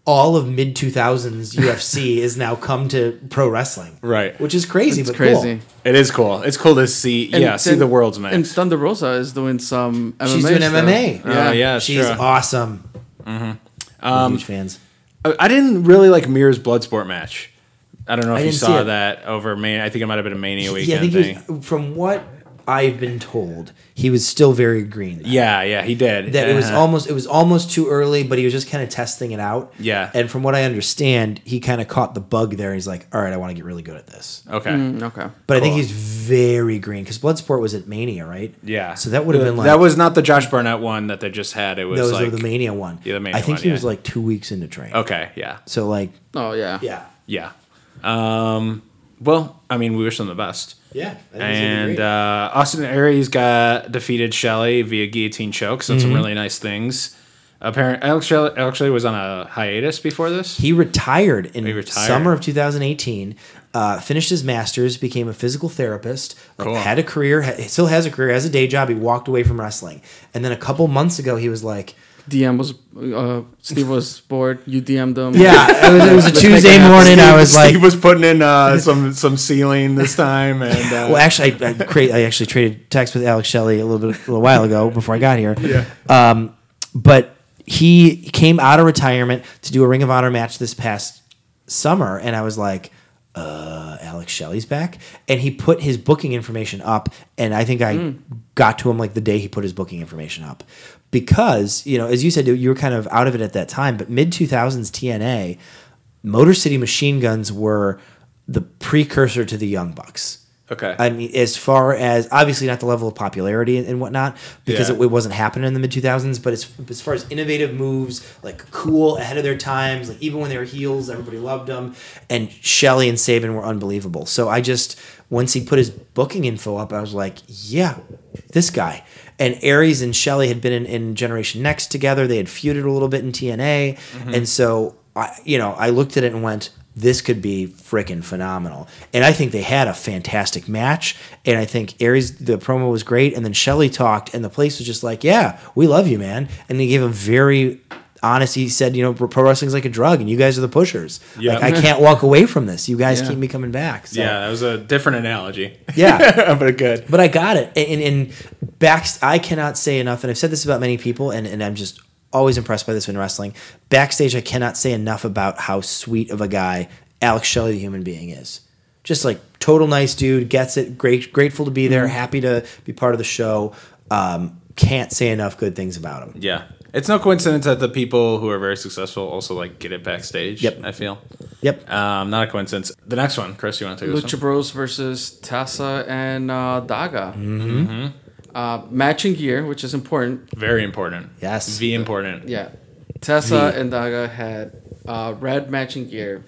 [SPEAKER 3] all of mid 2000s UFC is now come to pro wrestling.
[SPEAKER 2] Right.
[SPEAKER 3] Which is crazy,
[SPEAKER 1] It's
[SPEAKER 3] but
[SPEAKER 1] crazy.
[SPEAKER 3] crazy.
[SPEAKER 2] It is cool. It's cool to see.
[SPEAKER 1] And
[SPEAKER 2] yeah, see
[SPEAKER 1] then-
[SPEAKER 2] the world's
[SPEAKER 1] And
[SPEAKER 2] match.
[SPEAKER 1] Thunder Rosa is doing some MMA.
[SPEAKER 3] She's doing
[SPEAKER 1] stuff. Uh,
[SPEAKER 3] MMA.
[SPEAKER 2] Oh, yeah,
[SPEAKER 3] She's
[SPEAKER 2] sure. Um,
[SPEAKER 3] awesome. We're huge fans.
[SPEAKER 2] I I didn't really like Mir's Bloodsport match. I don't know if
[SPEAKER 3] I
[SPEAKER 2] you
[SPEAKER 3] didn't see
[SPEAKER 2] saw
[SPEAKER 3] it.
[SPEAKER 2] that over Mania. I think it might have been a Mania weekend
[SPEAKER 3] Yeah, I think
[SPEAKER 2] thing.
[SPEAKER 3] he was, from what I've been told, he was still very green.
[SPEAKER 2] yeah, yeah, he did.
[SPEAKER 3] that it was
[SPEAKER 2] Uh-huh.
[SPEAKER 3] almost it was almost too early, but he was just kind of testing it out.
[SPEAKER 2] Yeah.
[SPEAKER 3] And from what I understand, he kind of caught the bug there. He's like, "All right, I want to get really good at this."
[SPEAKER 2] okay.
[SPEAKER 1] Mm, okay.
[SPEAKER 3] But I think
[SPEAKER 2] Cool.
[SPEAKER 3] he's very green because Bloodsport was at Mania, right?
[SPEAKER 2] Yeah.
[SPEAKER 3] So that would have been like
[SPEAKER 2] that was not the Josh Barnett one that they just had. It was
[SPEAKER 3] those
[SPEAKER 2] like
[SPEAKER 3] are the Mania one.
[SPEAKER 2] Yeah, the Mania
[SPEAKER 3] I think
[SPEAKER 2] one,
[SPEAKER 3] he was
[SPEAKER 2] yeah. Oh.
[SPEAKER 3] like two weeks into training.
[SPEAKER 2] okay, yeah,
[SPEAKER 3] So like,
[SPEAKER 1] Oh yeah.
[SPEAKER 3] yeah,
[SPEAKER 2] yeah. Um, well, I mean, we wish them the best.
[SPEAKER 3] yeah,
[SPEAKER 2] And uh, Austin Aries got defeated Shelley via guillotine choke. So
[SPEAKER 3] Mm-hmm.
[SPEAKER 2] some really nice things. Apparent Alex Shelley, Alex Shelley was on a hiatus before this.
[SPEAKER 3] He retired in
[SPEAKER 2] retired.
[SPEAKER 3] summer of 2018. Uh, finished his master's, became a physical therapist. like,
[SPEAKER 2] Cool.
[SPEAKER 3] Had a career, ha- still has a career, has a day job. He walked away from wrestling, and then a couple months ago, he was like,
[SPEAKER 1] DM was uh, Steve was bored. You DM'd him.
[SPEAKER 3] "Yeah, it was, it
[SPEAKER 1] Let's
[SPEAKER 3] was a
[SPEAKER 1] make it
[SPEAKER 3] Tuesday
[SPEAKER 1] happen.
[SPEAKER 3] morning. I was like,
[SPEAKER 2] Steve was putting in uh, some some ceiling this time, and uh,
[SPEAKER 3] well, actually, I, I, create, I actually traded text with Alex Shelley a little bit a little while ago before I got here. Yeah. Um, but he came out of retirement to do a Ring of Honor match this past summer, and I was like, uh, Alex Shelley's back, and he put his booking information up, and I think I got to him like the day he put his booking information up. Because you know, as you said, you were kind of out of it at that time. But mid two thousands TNA, Motor City Machine Guns were the precursor to the Young Bucks.
[SPEAKER 2] okay,
[SPEAKER 3] I mean, as far as obviously not the level of popularity and, and whatnot, because
[SPEAKER 2] Yeah.
[SPEAKER 3] it, it wasn't happening in the mid 2000s, but as, as far as innovative moves, like cool, ahead of their times, like even when they were heels, everybody loved them. And Shelley and Saban were unbelievable. So I just, once he put his booking info up, I was like, yeah, this guy. And Aries and Shelley had been in, in Generation Next together. They had feuded a little bit in TNA.
[SPEAKER 2] Mm-hmm.
[SPEAKER 3] And so, I, you know, I looked at it and went, this could be freaking phenomenal. And I think they had a fantastic match. And I think Aries, the promo was great. And then Shelly talked, and the place was just like, yeah, we love you, man. And he gave a very honest, he said, you know, pro wrestling's like a drug, and you guys are the pushers.
[SPEAKER 2] Yeah.
[SPEAKER 3] Like, I can't walk away from this. You guys
[SPEAKER 1] Yeah.
[SPEAKER 3] keep me coming back. So,
[SPEAKER 2] yeah, that was a different analogy.
[SPEAKER 3] Yeah.
[SPEAKER 2] but good.
[SPEAKER 3] But I got it. And, and, and back, I cannot say enough. And I've said this about many people, and, and I'm just always impressed by this in wrestling. Backstage, I cannot say enough about how sweet of a guy Alex Shelley, the human being, is. Just like total nice dude, gets it. Great, grateful to be there,
[SPEAKER 2] Mm-hmm.
[SPEAKER 3] happy to be part of the show. Um, can't say enough good things about him.
[SPEAKER 2] Yeah. It's no coincidence that the people who are very successful also like get it backstage.
[SPEAKER 3] Yep.
[SPEAKER 2] I feel.
[SPEAKER 3] Yep.
[SPEAKER 2] Um, not a coincidence. The next one, Chris, you want to take this
[SPEAKER 1] Lucha
[SPEAKER 2] one?
[SPEAKER 1] Bros versus Tasa and uh, Daga. Mm-hmm. Uh, matching gear, which is important.
[SPEAKER 2] Very important.
[SPEAKER 3] Yes.
[SPEAKER 2] V important.
[SPEAKER 1] Yeah. Tessa and Daga had uh, red matching gear.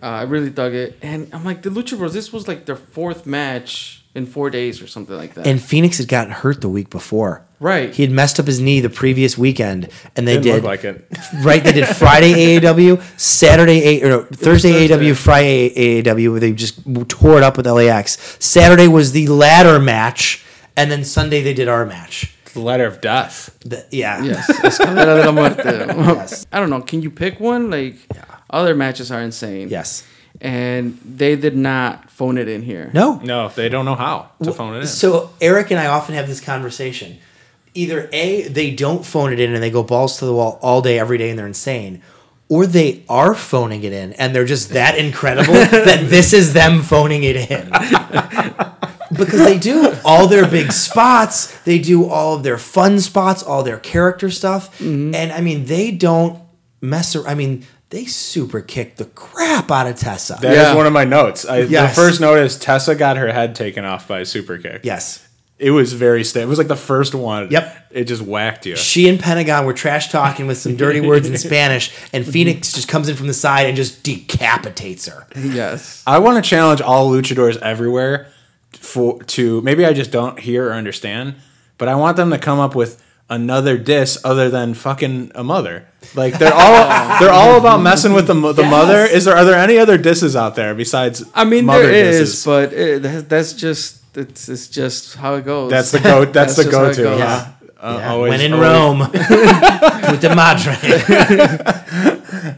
[SPEAKER 1] Uh, I really dug it. And I'm like, the Lucha Bros, this was like their fourth match in four days or something like that.
[SPEAKER 3] And Phoenix had gotten hurt the week before.
[SPEAKER 1] Right.
[SPEAKER 3] He had messed up his knee the previous weekend, and they
[SPEAKER 2] Didn't
[SPEAKER 3] did
[SPEAKER 2] look like it.
[SPEAKER 3] right? They did Friday AAW, Saturday A or no, Thursday
[SPEAKER 1] Thursday.
[SPEAKER 3] AAW, Friday AAW, where they just tore it up with LAX. Saturday was the ladder match, and then Sunday they did our match.
[SPEAKER 2] The letter of death.
[SPEAKER 3] The- yeah.
[SPEAKER 1] yes. Escalera de la Muerte.
[SPEAKER 3] Yes.
[SPEAKER 1] I don't know. Can you pick one? Like, other matches are insane.
[SPEAKER 3] Yes.
[SPEAKER 1] And they did not phone it in here.
[SPEAKER 3] No.
[SPEAKER 2] No, they don't know how to phone it in.
[SPEAKER 3] So Eric and I often have this conversation. Either A, they don't phone it in and they go balls to the wall all day, every day, and they're insane. Or they are phoning it in and they're just that incredible that this is them phoning it in. because they do all their big spots, they do all of their fun spots, all their character stuff.
[SPEAKER 2] Mm-hmm.
[SPEAKER 3] And I mean, they don't mess around. I mean, they super kick the crap out of Tessa.
[SPEAKER 2] That is
[SPEAKER 1] Yeah.
[SPEAKER 2] one of my notes. I,
[SPEAKER 3] Yes.
[SPEAKER 2] The first note is Tessa got her head taken off by a super kick.
[SPEAKER 3] yes.
[SPEAKER 2] It was very sta It was like the first one.
[SPEAKER 3] Yep.
[SPEAKER 2] It just whacked you.
[SPEAKER 3] she and Pentagon were trash talking with some dirty words in Spanish, and Phoenix just comes in from the side and just decapitates her.
[SPEAKER 1] Yes.
[SPEAKER 2] I want to challenge all luchadors everywhere for to maybe I just don't hear or understand, but I want them to come up with another diss other than fucking a mother. Like they're all they're all about messing with the mo- the mother. Is there are there any other disses out there besides?
[SPEAKER 1] I mean,
[SPEAKER 2] mother
[SPEAKER 1] there is,
[SPEAKER 2] disses?
[SPEAKER 1] but it, that, that's just it's, it's just how it goes.
[SPEAKER 2] That's the go. That's, the
[SPEAKER 1] just how it
[SPEAKER 2] go to.
[SPEAKER 1] goes.
[SPEAKER 3] Yeah.
[SPEAKER 2] Uh,
[SPEAKER 3] Yeah,
[SPEAKER 2] always-
[SPEAKER 3] when in
[SPEAKER 2] always-
[SPEAKER 3] Rome with the madre.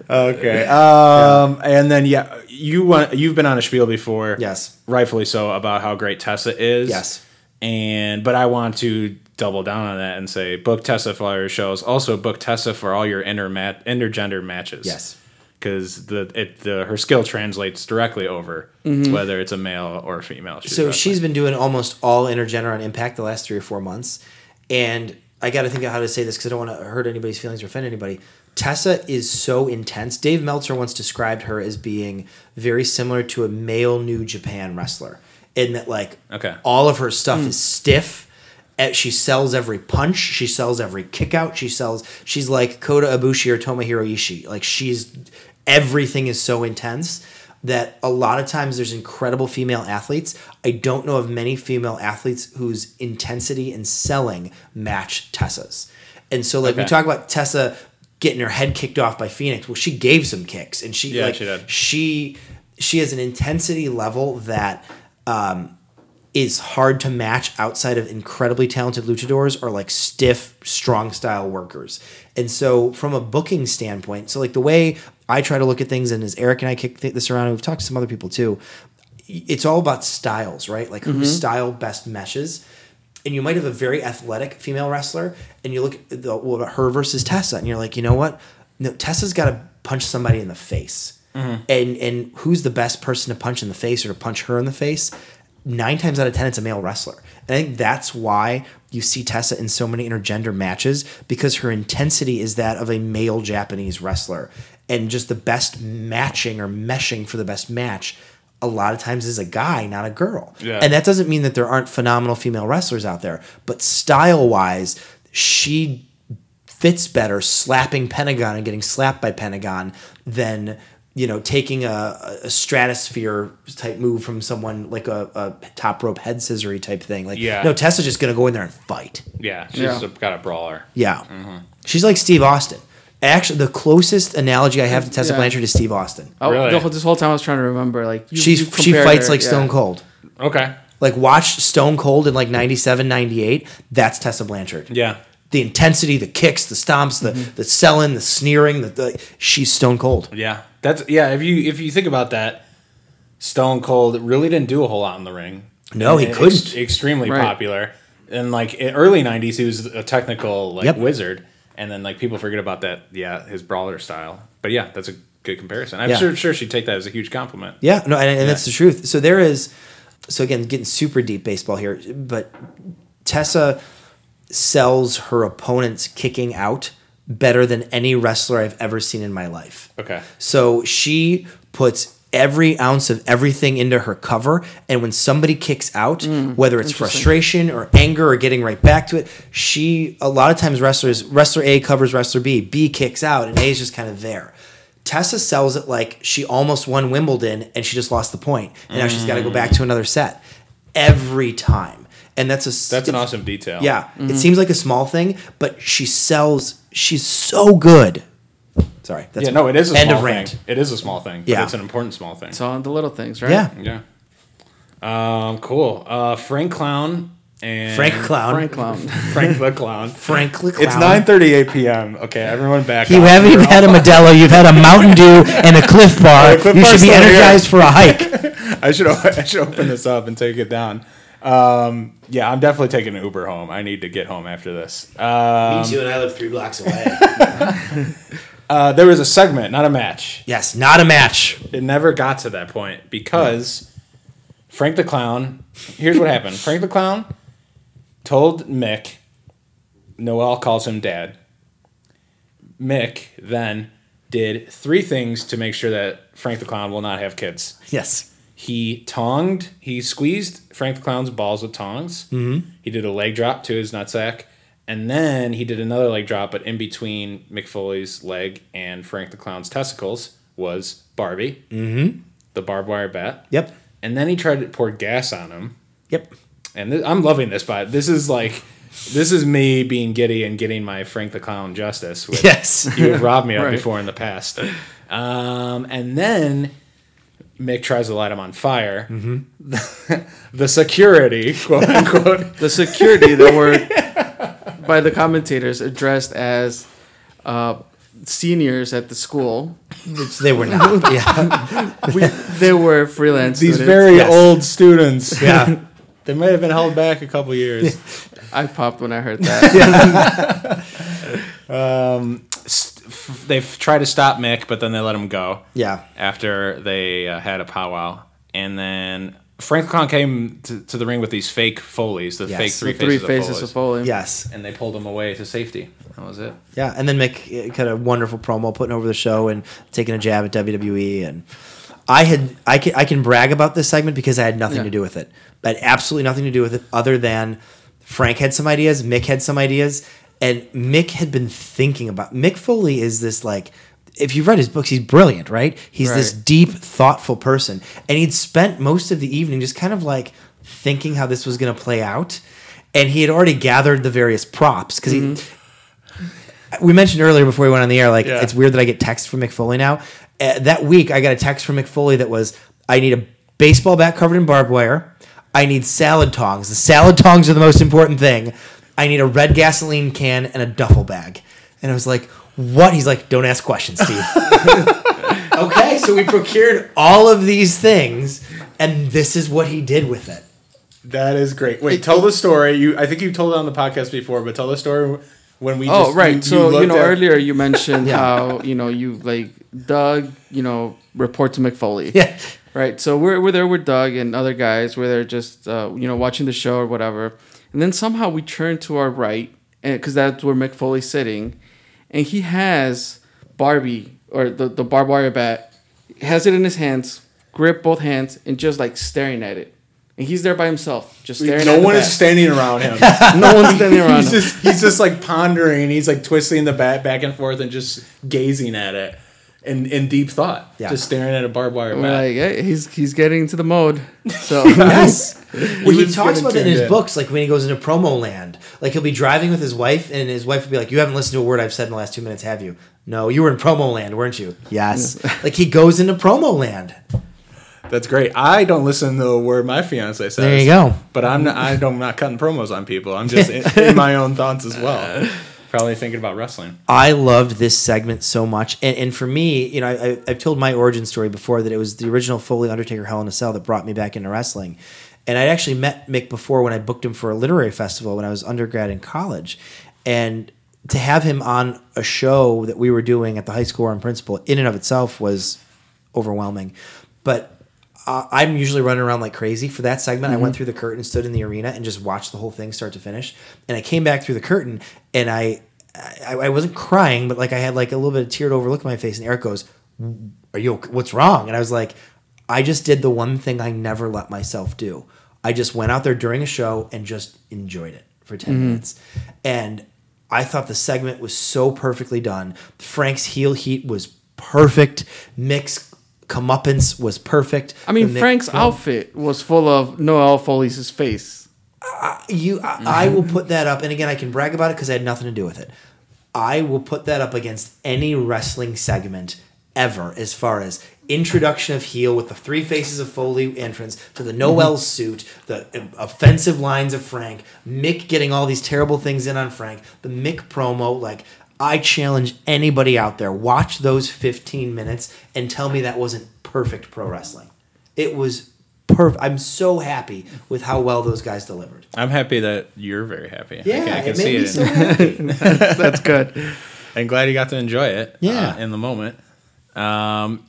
[SPEAKER 2] Okay. Um. And then yeah, you want you've been on a spiel before.
[SPEAKER 3] Yes.
[SPEAKER 2] Rightfully so about how great Tessa is.
[SPEAKER 3] Yes.
[SPEAKER 2] And but I want to double down on that and say book Tessa for all your shows. Also book Tessa for all your inter mat intergender matches.
[SPEAKER 3] Yes.
[SPEAKER 2] Because the it the her skill translates directly over whether it's a male or a female.
[SPEAKER 3] so
[SPEAKER 2] wrestling.
[SPEAKER 3] she's been doing almost all intergender on Impact the last three or four months, and I got to think of how to say this because I don't want to hurt anybody's feelings or offend anybody. Tessa is so intense. Dave Meltzer once described her as being very similar to a male New Japan wrestler in that, like,
[SPEAKER 2] Okay.
[SPEAKER 3] all of her stuff is stiff. Eh, She sells every punch. She sells every kick out. She sells. She's like Kota Ibushi or Tomohiro Ishii. Like she's everything is so intense that a lot of times there's incredible female athletes. I don't know of many female athletes whose intensity and selling match Tessa's. And so like we
[SPEAKER 2] Okay.
[SPEAKER 3] talk about Tessa getting her head kicked off by Phoenix. Well, she gave some kicks and she
[SPEAKER 2] Yeah,
[SPEAKER 3] like
[SPEAKER 2] she did.
[SPEAKER 3] she she has an intensity level that um, is hard to match outside of incredibly talented luchadors or like stiff, strong style workers. And so, from a booking standpoint, so like the way I try to look at things, and as Eric and I kick th- this around, and we've talked to some other people too, it's all about styles, right? Like whose style best meshes. And you might have a very athletic female wrestler, and you look at the, well, her versus Tessa, and you're like, you know what? No, Tessa's got to punch somebody in the face. And and who's the best person to punch in the face or to punch her in the face? nine times out of ten it's a male wrestler and i think that's why you see tessa in so many intergender matches because her intensity is that of a male japanese wrestler and just the best matching or meshing for the best match a lot of times is a guy not a girl
[SPEAKER 2] Yeah.
[SPEAKER 3] and that doesn't mean that there aren't phenomenal female wrestlers out there but style wise she fits better slapping Pentagon and getting slapped by Pentagon than you know taking a, a stratosphere type move from someone like a, a top rope head scissory type thing. Like
[SPEAKER 2] Yeah.
[SPEAKER 3] no, Tessa's just gonna go in there and fight.
[SPEAKER 2] yeah she's
[SPEAKER 1] Yeah.
[SPEAKER 2] A, got a brawler.
[SPEAKER 3] Yeah,
[SPEAKER 2] Mm-hmm.
[SPEAKER 3] she's like Steve Austin. Actually, the closest analogy I have to Tessa
[SPEAKER 1] Yeah.
[SPEAKER 3] Blanchard is Steve Austin.
[SPEAKER 1] I-
[SPEAKER 2] Really?
[SPEAKER 1] the whole- this whole time I was trying to remember, like you,
[SPEAKER 3] She's
[SPEAKER 1] you
[SPEAKER 3] she
[SPEAKER 1] compared
[SPEAKER 3] fights
[SPEAKER 1] her-
[SPEAKER 3] like
[SPEAKER 1] yeah.
[SPEAKER 3] Stone Cold.
[SPEAKER 2] Okay.
[SPEAKER 3] Like watch Stone Cold in like 97, 98. That's Tessa Blanchard.
[SPEAKER 2] Yeah.
[SPEAKER 3] The intensity, the kicks, the stomps, the the selling, the sneering, the, the she's Stone Cold.
[SPEAKER 2] Yeah, that's yeah. If you if you think about that, Stone Cold really didn't do a whole lot in the ring.
[SPEAKER 3] No, he
[SPEAKER 2] Ex-
[SPEAKER 3] couldn't.
[SPEAKER 2] extremely
[SPEAKER 1] Right.
[SPEAKER 2] popular, and like in early '90s, he was a technical like
[SPEAKER 3] Yep.
[SPEAKER 2] wizard, and then like people forget about that. Yeah, his brawler style. But yeah, that's a good comparison. I'm
[SPEAKER 3] Yeah.
[SPEAKER 2] sure sure she'd take that as a huge compliment.
[SPEAKER 3] Yeah, no, and, and that's the truth. So there is, so again, getting super deep baseball here, but Tessa sells her opponent's kicking out better than any wrestler I've ever seen in my life.
[SPEAKER 2] Okay.
[SPEAKER 3] So she puts every ounce of everything into her cover, and when somebody kicks out,
[SPEAKER 2] Mm,
[SPEAKER 3] whether it's frustration or anger or getting right back to it, she a lot of times wrestlers wrestler A covers wrestler B, B kicks out, and A is just kind of there. Tessa sells it like she almost won Wimbledon and she just lost the point, and now she's got to go back to
[SPEAKER 2] Mm.
[SPEAKER 3] another set every time, and that's a
[SPEAKER 2] That's an awesome detail.
[SPEAKER 3] yeah.
[SPEAKER 2] Mm-hmm.
[SPEAKER 3] It seems like a small thing, but she sells. She's so good. Sorry. That's
[SPEAKER 2] Yeah. No, it is a
[SPEAKER 3] end
[SPEAKER 2] small
[SPEAKER 3] of
[SPEAKER 2] thing.
[SPEAKER 3] rant.
[SPEAKER 2] It is a small thing. But
[SPEAKER 3] Yeah.
[SPEAKER 2] It's an important small thing.
[SPEAKER 1] It's all in the little things, right?
[SPEAKER 3] Yeah.
[SPEAKER 2] Yeah. Um. Cool. Uh. Frank Clown and
[SPEAKER 3] Frank Clown.
[SPEAKER 1] Frank Clown.
[SPEAKER 2] Frank the Clown.
[SPEAKER 3] Frank the
[SPEAKER 2] It's
[SPEAKER 3] Clown.
[SPEAKER 2] 9:38 p.m. Okay, everyone back.
[SPEAKER 3] You
[SPEAKER 2] off.
[SPEAKER 3] haven't even had a Modelo. You've had a Mountain Dew and a Cliff Bar.
[SPEAKER 2] Yeah, Clif
[SPEAKER 3] you
[SPEAKER 2] Bar's
[SPEAKER 3] should be
[SPEAKER 2] still here.
[SPEAKER 3] energized for a hike.
[SPEAKER 2] I should I should open this up and take it down. Um, yeah, I'm definitely taking an Uber home. I need to get home after this. Uh,
[SPEAKER 3] Me too, and I live three blocks away.
[SPEAKER 2] uh, there was a segment, not a match.
[SPEAKER 3] yes, not a match.
[SPEAKER 2] It never got to that point because Frank the Clown. Here's what happened. Frank the Clown told Mick. Noel calls him dad. Mick then did three things to make sure that Frank the Clown will not have kids.
[SPEAKER 3] Yes.
[SPEAKER 2] He tonged, he squeezed Frank the Clown's balls with tongs. Mm-hmm. He did a leg drop to his nutsack. And then he did another leg drop, but in between McFoley's leg and Frank the Clown's testicles was Barbie, mm-hmm. the barbed wire bat.
[SPEAKER 3] Yep.
[SPEAKER 2] And then he tried to pour gas on him.
[SPEAKER 3] Yep.
[SPEAKER 2] And th- I'm loving this, but this is like This is me being giddy and getting my Frank the Clown justice. Which
[SPEAKER 3] Yes.
[SPEAKER 2] you have robbed me of
[SPEAKER 1] Right.
[SPEAKER 2] before in the past. Um, and then Mick tries to light him on fire. Mm-hmm. the security, quote unquote,
[SPEAKER 1] the security that were by the commentators addressed as uh, seniors at the school.
[SPEAKER 3] Which they were not. Yeah.
[SPEAKER 1] We, they were freelance.
[SPEAKER 2] these
[SPEAKER 1] students.
[SPEAKER 2] very
[SPEAKER 3] yes.
[SPEAKER 2] old students.
[SPEAKER 3] Yeah.
[SPEAKER 2] they might have been held back a couple years.
[SPEAKER 1] I popped when I heard that.
[SPEAKER 2] St- f- they f- try to stop Mick, but then they let him go.
[SPEAKER 3] Yeah.
[SPEAKER 2] after they uh, had a powwow, and then Frank Con came to, to the ring with these fake Foley's, the
[SPEAKER 3] Yes.
[SPEAKER 2] fake
[SPEAKER 1] The
[SPEAKER 2] three,
[SPEAKER 1] three
[SPEAKER 2] faces,
[SPEAKER 1] faces
[SPEAKER 2] of
[SPEAKER 1] of
[SPEAKER 2] Foley's,
[SPEAKER 1] Foley.
[SPEAKER 3] Yes.
[SPEAKER 2] and they pulled him away to safety. That was it.
[SPEAKER 3] Yeah. And then Mick uh, cut a wonderful promo, putting over the show and taking a jab at WWE. And I had I can I can brag about this segment because I had nothing
[SPEAKER 1] Yeah.
[SPEAKER 3] to do with it. I had absolutely nothing to do with it other than Frank had some ideas, Mick had some ideas, and Mick had been thinking about Mick Foley is this like if you've read his books, he's brilliant, right? He's this
[SPEAKER 1] Right.
[SPEAKER 3] deep, thoughtful person. And he'd spent most of the evening just kind of like thinking how this was going to play out. And he had already gathered the various props because he we mentioned earlier before we went on the air, like
[SPEAKER 2] Yeah.
[SPEAKER 3] it's weird that I get text from McFoley now. Uh, that week, I got a text from McFoley that was, "I need a baseball bat covered in barbed wire. I need salad tongs. The salad tongs are the most important thing. I need a red gasoline can and a duffel bag." And I was like, "What?" He's like, "Don't ask questions, Steve." okay, so we procured all of these things, and this is what he did with it.
[SPEAKER 2] That is great. Wait, tell the story. You, I think you told it on the podcast before, but tell the story when we.
[SPEAKER 1] Oh
[SPEAKER 2] just,
[SPEAKER 1] right. so you
[SPEAKER 2] looked
[SPEAKER 1] know
[SPEAKER 2] at-
[SPEAKER 1] earlier you mentioned
[SPEAKER 3] Yeah.
[SPEAKER 1] how you know you like Doug. You know report to McFoley.
[SPEAKER 3] Yeah.
[SPEAKER 1] Right. So we're, we're there with Doug and other guys. We're there just, uh, you know, watching the show or whatever. And then somehow we turn to our right because that's where Mick Foley's sitting. And he has Barbie or the, the barbed wire bat, has it in his hands, grip both hands, and just like staring at it. And he's there by himself, just staring
[SPEAKER 2] No
[SPEAKER 1] at
[SPEAKER 2] one
[SPEAKER 1] the
[SPEAKER 2] is
[SPEAKER 1] bat.
[SPEAKER 2] standing around him.
[SPEAKER 1] no one's standing around.
[SPEAKER 2] he's
[SPEAKER 1] him.
[SPEAKER 2] just he's just like pondering. He's like twisting the bat back and forth and just gazing at it, in in deep thought.
[SPEAKER 3] Yeah.
[SPEAKER 2] Just staring at a barbed wire
[SPEAKER 1] We're
[SPEAKER 2] bat.
[SPEAKER 1] like, hey, he's, he's getting into the mode. So,
[SPEAKER 3] Yes. Well, he
[SPEAKER 2] was
[SPEAKER 3] talks
[SPEAKER 2] getting
[SPEAKER 3] about it in
[SPEAKER 2] tuned
[SPEAKER 3] his
[SPEAKER 2] in.
[SPEAKER 3] books, like when he goes into promo land. Like he'll be driving with his wife, and his wife will be like, "You haven't listened to a word I've said in the last two minutes, have you? No, you were in promo land, weren't you? Yes. like he goes into promo land.
[SPEAKER 2] That's great. I don't listen to a word my fiance says.
[SPEAKER 3] There you go.
[SPEAKER 2] But I'm not, I don't, I'm not cutting promos on people. I'm just in, in my own thoughts as well. Probably thinking about wrestling.
[SPEAKER 3] I loved this segment so much, and and for me, you know, I, I, I've told my origin story before that it was the original Foley Undertaker Hell in a Cell that brought me back into wrestling, and I'd actually met Mick before when I booked him for a literary festival when I was undergrad in college, and to have him on a show that we were doing at the high school on principal in and of itself was overwhelming, but uh, I'm usually running around like crazy for that segment. I went through the curtain, stood in the arena, and just watched the whole thing start to finish. And I came back through the curtain, and I, I, I wasn't crying, but like I had like a little bit of teared over look on my face. And Eric goes, "Are you? ok- What's wrong?" And I was like, "I just did the one thing I never let myself do. I just went out there during a show and just enjoyed it for 10 minutes." And I thought the segment was so perfectly done. Frank's heel heat was perfect. Mick's comeuppance was perfect.
[SPEAKER 1] I mean,
[SPEAKER 3] The Mick-
[SPEAKER 1] Frank's outfit was full of Noel Foley's face.
[SPEAKER 3] You, I, I will put that up, and again, I can brag about it because I had nothing to do with it. I will put that up against any wrestling segment ever, as far as introduction of heel with the three faces of Foley entrance to the Noel suit, the uh, offensive lines of Frank, Mick getting all these terrible things in on Frank, the Mick promo, like. I challenge anybody out there, watch those 15 minutes and tell me that wasn't perfect pro wrestling. It was perfect. I'm so happy with how well those guys delivered.
[SPEAKER 2] I'm happy that you're very happy. I can, I can
[SPEAKER 3] it made
[SPEAKER 2] see
[SPEAKER 3] me
[SPEAKER 2] it.
[SPEAKER 3] so happy.
[SPEAKER 1] That's good.
[SPEAKER 2] I'm glad you got to enjoy it.
[SPEAKER 3] Yeah.
[SPEAKER 2] uh, in the moment. Um,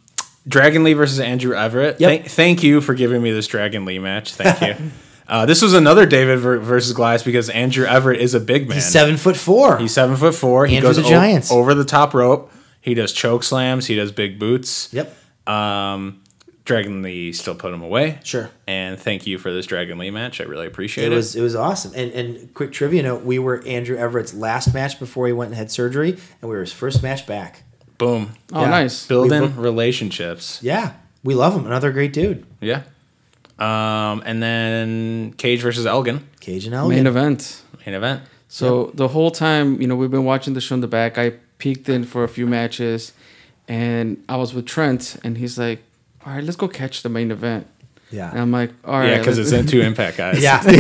[SPEAKER 2] Dragon Lee versus Andrew Everett.
[SPEAKER 3] Yep.
[SPEAKER 2] Thank, thank you for giving me this Dragon Lee match. Thank you. Uh, this was another David ver- versus Glass because Andrew Everett is a big man.
[SPEAKER 3] He's seven foot four.
[SPEAKER 2] He's seven foot four. He
[SPEAKER 3] Andrew
[SPEAKER 2] goes
[SPEAKER 3] the
[SPEAKER 2] o-
[SPEAKER 3] Giant's.
[SPEAKER 2] over the top rope. He does choke slams. He does big boots.
[SPEAKER 3] yep.
[SPEAKER 2] Um, Dragon Lee still put him away.
[SPEAKER 3] Sure.
[SPEAKER 2] And thank you for this Dragon Lee match. I really appreciate
[SPEAKER 3] It
[SPEAKER 2] it.
[SPEAKER 3] was it was awesome. And and quick trivia note: we were Andrew Everett's last match before he went and had surgery, and we were his first match back.
[SPEAKER 2] Boom.
[SPEAKER 1] Oh,
[SPEAKER 3] Yeah.
[SPEAKER 1] nice.
[SPEAKER 2] Building
[SPEAKER 3] we booked-
[SPEAKER 2] relationships.
[SPEAKER 3] Yeah, we love him. Another great dude.
[SPEAKER 2] Yeah. Um, and then Cage versus Elgin
[SPEAKER 3] Cage and
[SPEAKER 1] Main
[SPEAKER 3] Elgin.
[SPEAKER 1] event.
[SPEAKER 2] main event.
[SPEAKER 1] So the whole time, you know, we've been watching the show in the back. I peeked in for a few matches, and I was with Trent, and he's like, "All right, let's go catch the main event."
[SPEAKER 3] Yeah.
[SPEAKER 1] And I'm like, "All right."
[SPEAKER 2] Yeah, because
[SPEAKER 1] let's-
[SPEAKER 2] it's in two impact guys.
[SPEAKER 3] Yeah.
[SPEAKER 1] exactly.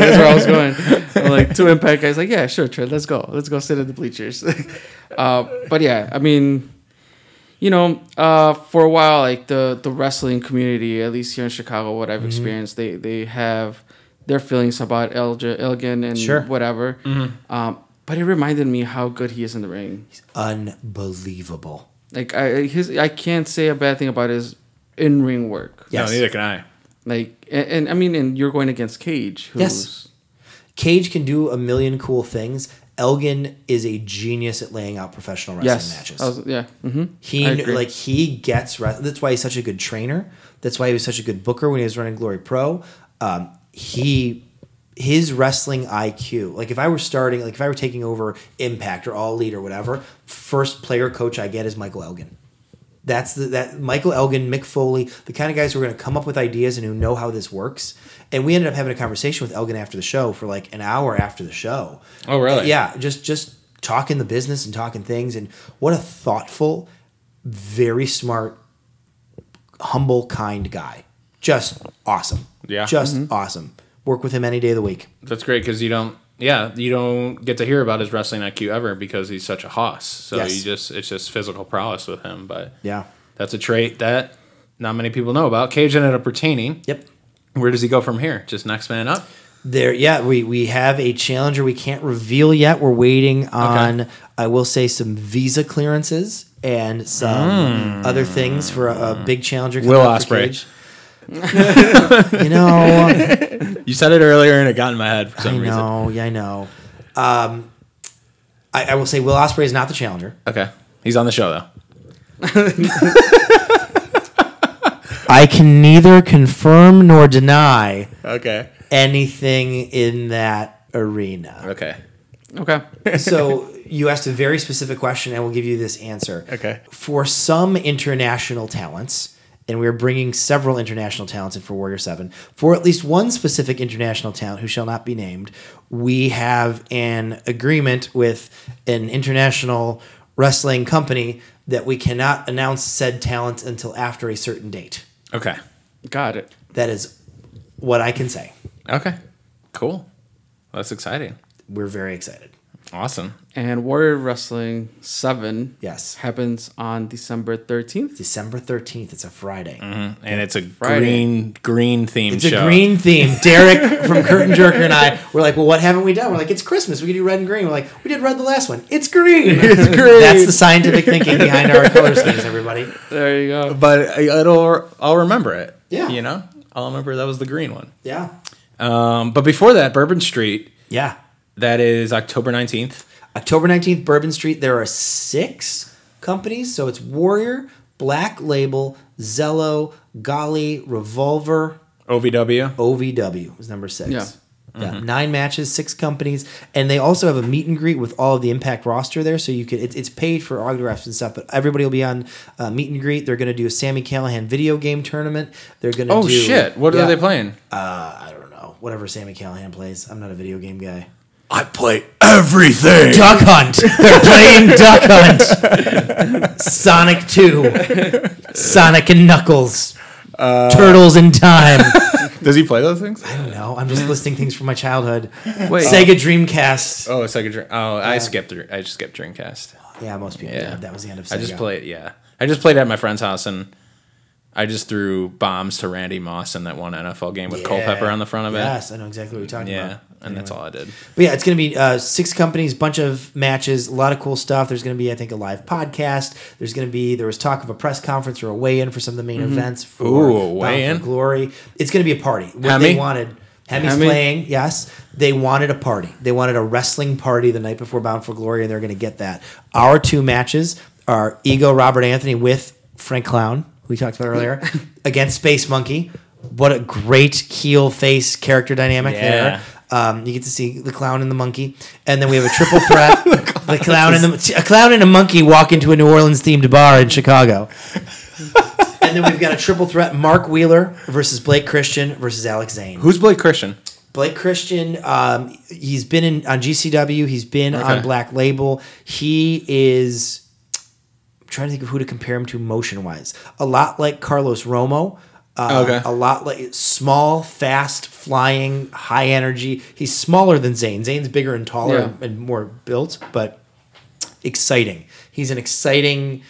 [SPEAKER 1] That's where I was going. I'm like two impact guys. Like, yeah, sure, Trent. Let's go. Let's go sit at the bleachers. uh, but yeah, I mean, you know, uh, for a while, like the the wrestling community, at least here in Chicago, what I've
[SPEAKER 3] Mm-hmm.
[SPEAKER 1] experienced, they they have their feelings about Elgin, Elgin and
[SPEAKER 3] Sure. Mm-hmm.
[SPEAKER 1] whatever. Um, but it reminded me how good he is in the ring.
[SPEAKER 3] Unbelievable.
[SPEAKER 1] Like I his I can't say a bad thing about his in ring work.
[SPEAKER 3] Yes.
[SPEAKER 2] No, neither can I.
[SPEAKER 1] Like and, and I mean, and you're going against Cage, who's
[SPEAKER 3] Yes. Cage can do a million cool things. Elgin is a genius at laying out professional wrestling
[SPEAKER 1] yes,
[SPEAKER 3] matches.
[SPEAKER 1] I was- yeah. hmm
[SPEAKER 3] He
[SPEAKER 1] I
[SPEAKER 3] kn-
[SPEAKER 1] agree.
[SPEAKER 3] like he gets re- that's why he's such a good trainer. That's why he was such a good booker when he was running Glory Pro. Um, he his wrestling IQ. Like if I were starting, like if I were taking over Impact or All Elite or whatever, first player coach I get is Michael Elgin. That's the, that Michael Elgin, Mick Foley, the kind of guys who are going to come up with ideas and who know how this works. And we ended up having a conversation with Elgin after the show for like an hour after the show.
[SPEAKER 2] Oh, really?
[SPEAKER 3] Yeah, just just talking the business and talking things and what a thoughtful, very smart, humble, kind guy. Just awesome.
[SPEAKER 2] Yeah.
[SPEAKER 3] Just awesome. Work with him any day of the week.
[SPEAKER 2] That's great because you don't. Yeah, you don't get to hear about his wrestling IQ ever because he's such a hoss. So
[SPEAKER 3] Yes.
[SPEAKER 2] you just it's just physical prowess with him. But
[SPEAKER 3] Yeah.
[SPEAKER 2] that's a trait that not many people know about. Cage ended up retaining.
[SPEAKER 3] Yep.
[SPEAKER 2] Where does he go from here? Just next man up.
[SPEAKER 3] There, yeah, we, we have a challenger we can't reveal yet. We're waiting on, I will say, some visa clearances and some other things for a, a big challenger. coming
[SPEAKER 2] Will
[SPEAKER 3] up for
[SPEAKER 2] Ospreay.
[SPEAKER 3] Cage. you know,
[SPEAKER 2] You said it earlier and it got in my head for some
[SPEAKER 3] I
[SPEAKER 2] reason.
[SPEAKER 3] know, yeah, I know. Um, I, I will say Will Osprey is not the challenger.
[SPEAKER 2] Okay, he's on the show though.
[SPEAKER 3] I can neither confirm nor deny
[SPEAKER 2] Okay.
[SPEAKER 3] anything in that arena.
[SPEAKER 2] Okay.
[SPEAKER 1] Okay.
[SPEAKER 3] so you asked a very specific question, and we'll give you this answer.
[SPEAKER 2] Okay.
[SPEAKER 3] For some international talents, and we're bringing several international talents in for Warrior 7, for at least one specific international talent who shall not be named, we have an agreement with an international wrestling company that we cannot announce said talent until after a certain date.
[SPEAKER 2] Okay.
[SPEAKER 1] Got it.
[SPEAKER 3] That is what I can say.
[SPEAKER 2] Okay. Cool. That's exciting.
[SPEAKER 3] We're very excited.
[SPEAKER 2] Awesome.
[SPEAKER 1] And Warrior Wrestling 7
[SPEAKER 3] Yes.
[SPEAKER 1] happens on December 13th.
[SPEAKER 3] December 13th, it's a Friday.
[SPEAKER 2] And it's a
[SPEAKER 1] Friday.
[SPEAKER 2] green green themed
[SPEAKER 3] It's a
[SPEAKER 2] show.
[SPEAKER 3] green theme. Derek from Curtain Jerker and I were like, well, what haven't we done? We're like, it's Christmas. We can do red and green. We're like, we did red the last one. It's green. It's green. That's the scientific thinking behind our color schemes, everybody.
[SPEAKER 1] There you go.
[SPEAKER 2] but I- it'll I'll remember it.
[SPEAKER 3] Yeah.
[SPEAKER 2] You know? I'll remember that was the green one.
[SPEAKER 3] Yeah.
[SPEAKER 2] Um, but before that, Bourbon Street,
[SPEAKER 3] Yeah.
[SPEAKER 2] that is October 19th.
[SPEAKER 3] October 19th, Bourbon Street. There are six companies. So it's Warrior, Black Label, Zello, Golly, Revolver,
[SPEAKER 2] OVW.
[SPEAKER 3] OVW was number six.
[SPEAKER 1] Yeah.
[SPEAKER 3] Yeah, nine matches, six companies, and they also have a meet and greet with all of the Impact roster there. So you could it's, it's paid for autographs and stuff, but everybody will be on uh, meet and greet. They're going to do a Sammy Callahan video game tournament. They're going to
[SPEAKER 2] Oh
[SPEAKER 3] do,
[SPEAKER 2] shit. What
[SPEAKER 3] Yeah.
[SPEAKER 2] are they playing?
[SPEAKER 3] Uh, I don't know. Whatever Sammy Callahan plays, I'm not a video game guy.
[SPEAKER 2] I play everything.
[SPEAKER 3] Duck Hunt. They're playing Duck Hunt. Sonic Two, Sonic and Knuckles, Turtles in Time.
[SPEAKER 2] Does he play those things?
[SPEAKER 3] I don't know. I'm just listing things from my childhood.
[SPEAKER 1] Wait.
[SPEAKER 3] Sega Dreamcast.
[SPEAKER 2] Oh, it's like a drink. Oh, I skipped I just skipped Dreamcast.
[SPEAKER 3] Yeah, most people
[SPEAKER 2] Oh. Yeah.
[SPEAKER 3] did. That was the end of Sega.
[SPEAKER 2] I just played yeah. I just played at my friend's house and I just threw bombs to Randy Moss in that one NFL game with
[SPEAKER 3] Yeah.
[SPEAKER 2] Culpepper on the front of it.
[SPEAKER 3] Yes, I know exactly what you're talking
[SPEAKER 2] Yeah,
[SPEAKER 3] about.
[SPEAKER 2] and that's all I did.
[SPEAKER 3] But yeah, it's going to be uh, six companies, bunch of matches, a lot of cool stuff. There's going to be, I think, a live podcast. There's going to be there was talk of a press conference or a weigh in for some of the main events. For
[SPEAKER 2] Mm-hmm. Ooh, a
[SPEAKER 3] Bound for
[SPEAKER 2] weigh-in?
[SPEAKER 3] Glory. It's going to be a party. What
[SPEAKER 2] Hemi?
[SPEAKER 3] they wanted. Hemi's
[SPEAKER 1] Hemi?
[SPEAKER 3] playing. Yes, they wanted a party. They wanted a wrestling party the night before Bound for Glory, and they're going to get that. Our two matches are Ego Robert Anthony with Frank Clown, who we talked about earlier, against Space Monkey. What a great heel face character dynamic
[SPEAKER 2] Yeah.
[SPEAKER 3] there. Um, you get to see the clown and the monkey, and then we have a triple threat: the clown and the a clown and a monkey walk into a New Orleans themed bar in Chicago. and then we've got a triple threat: Mark Wheeler versus Blake Christian versus Alex Zane.
[SPEAKER 2] Who's Blake Christian?
[SPEAKER 3] Blake Christian, um, he's been in on GCW. He's been on
[SPEAKER 2] Okay.
[SPEAKER 3] Black Label. He is. I'm trying to think of who to compare him to motion wise. A lot like Carlos Romo. Uh,
[SPEAKER 2] Okay.
[SPEAKER 3] A lot like small, fast, flying, high energy. He's smaller than Zane. Zane's bigger and taller
[SPEAKER 2] Yeah.
[SPEAKER 3] and more built, but exciting. He's an exciting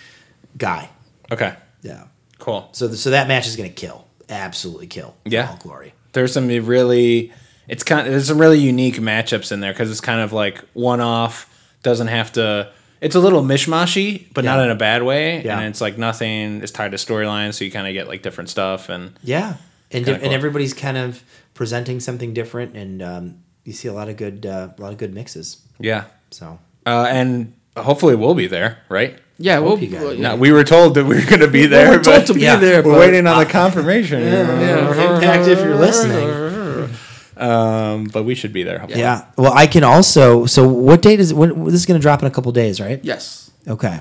[SPEAKER 3] guy.
[SPEAKER 2] Okay.
[SPEAKER 3] Yeah.
[SPEAKER 2] Cool.
[SPEAKER 3] So so that match is going to kill. Absolutely kill.
[SPEAKER 2] Yeah.
[SPEAKER 3] All glory.
[SPEAKER 2] There's some really, it's kind of, there's some really unique matchups in there because it's kind of like one off, doesn't have to, it's a little mishmashy, but
[SPEAKER 3] Yeah.
[SPEAKER 2] not in a bad way.
[SPEAKER 3] Yeah.
[SPEAKER 2] And it's like nothing is tied to storyline. So you kind of get like different stuff. And
[SPEAKER 3] Yeah. And
[SPEAKER 2] Kinda
[SPEAKER 3] di-
[SPEAKER 2] cool.
[SPEAKER 3] and everybody's kind of presenting something different and um, you see a lot of good uh, a lot of good mixes.
[SPEAKER 2] yeah.
[SPEAKER 3] So
[SPEAKER 2] Uh, and hopefully we'll be there, right?
[SPEAKER 1] Yeah, well,
[SPEAKER 3] you got it.
[SPEAKER 2] No, we were told that we were going to be there.
[SPEAKER 1] were told
[SPEAKER 2] but
[SPEAKER 1] to be
[SPEAKER 3] Yeah.
[SPEAKER 1] there,
[SPEAKER 2] We're
[SPEAKER 1] but-
[SPEAKER 2] waiting on the confirmation.
[SPEAKER 3] Uh-huh.
[SPEAKER 1] Yeah.
[SPEAKER 3] impact if you're listening.
[SPEAKER 2] Um, but we should be there. Hopefully.
[SPEAKER 3] Yeah. Well, I can also so what date is when this is going to drop in a couple days, right?
[SPEAKER 1] Yes.
[SPEAKER 3] Okay.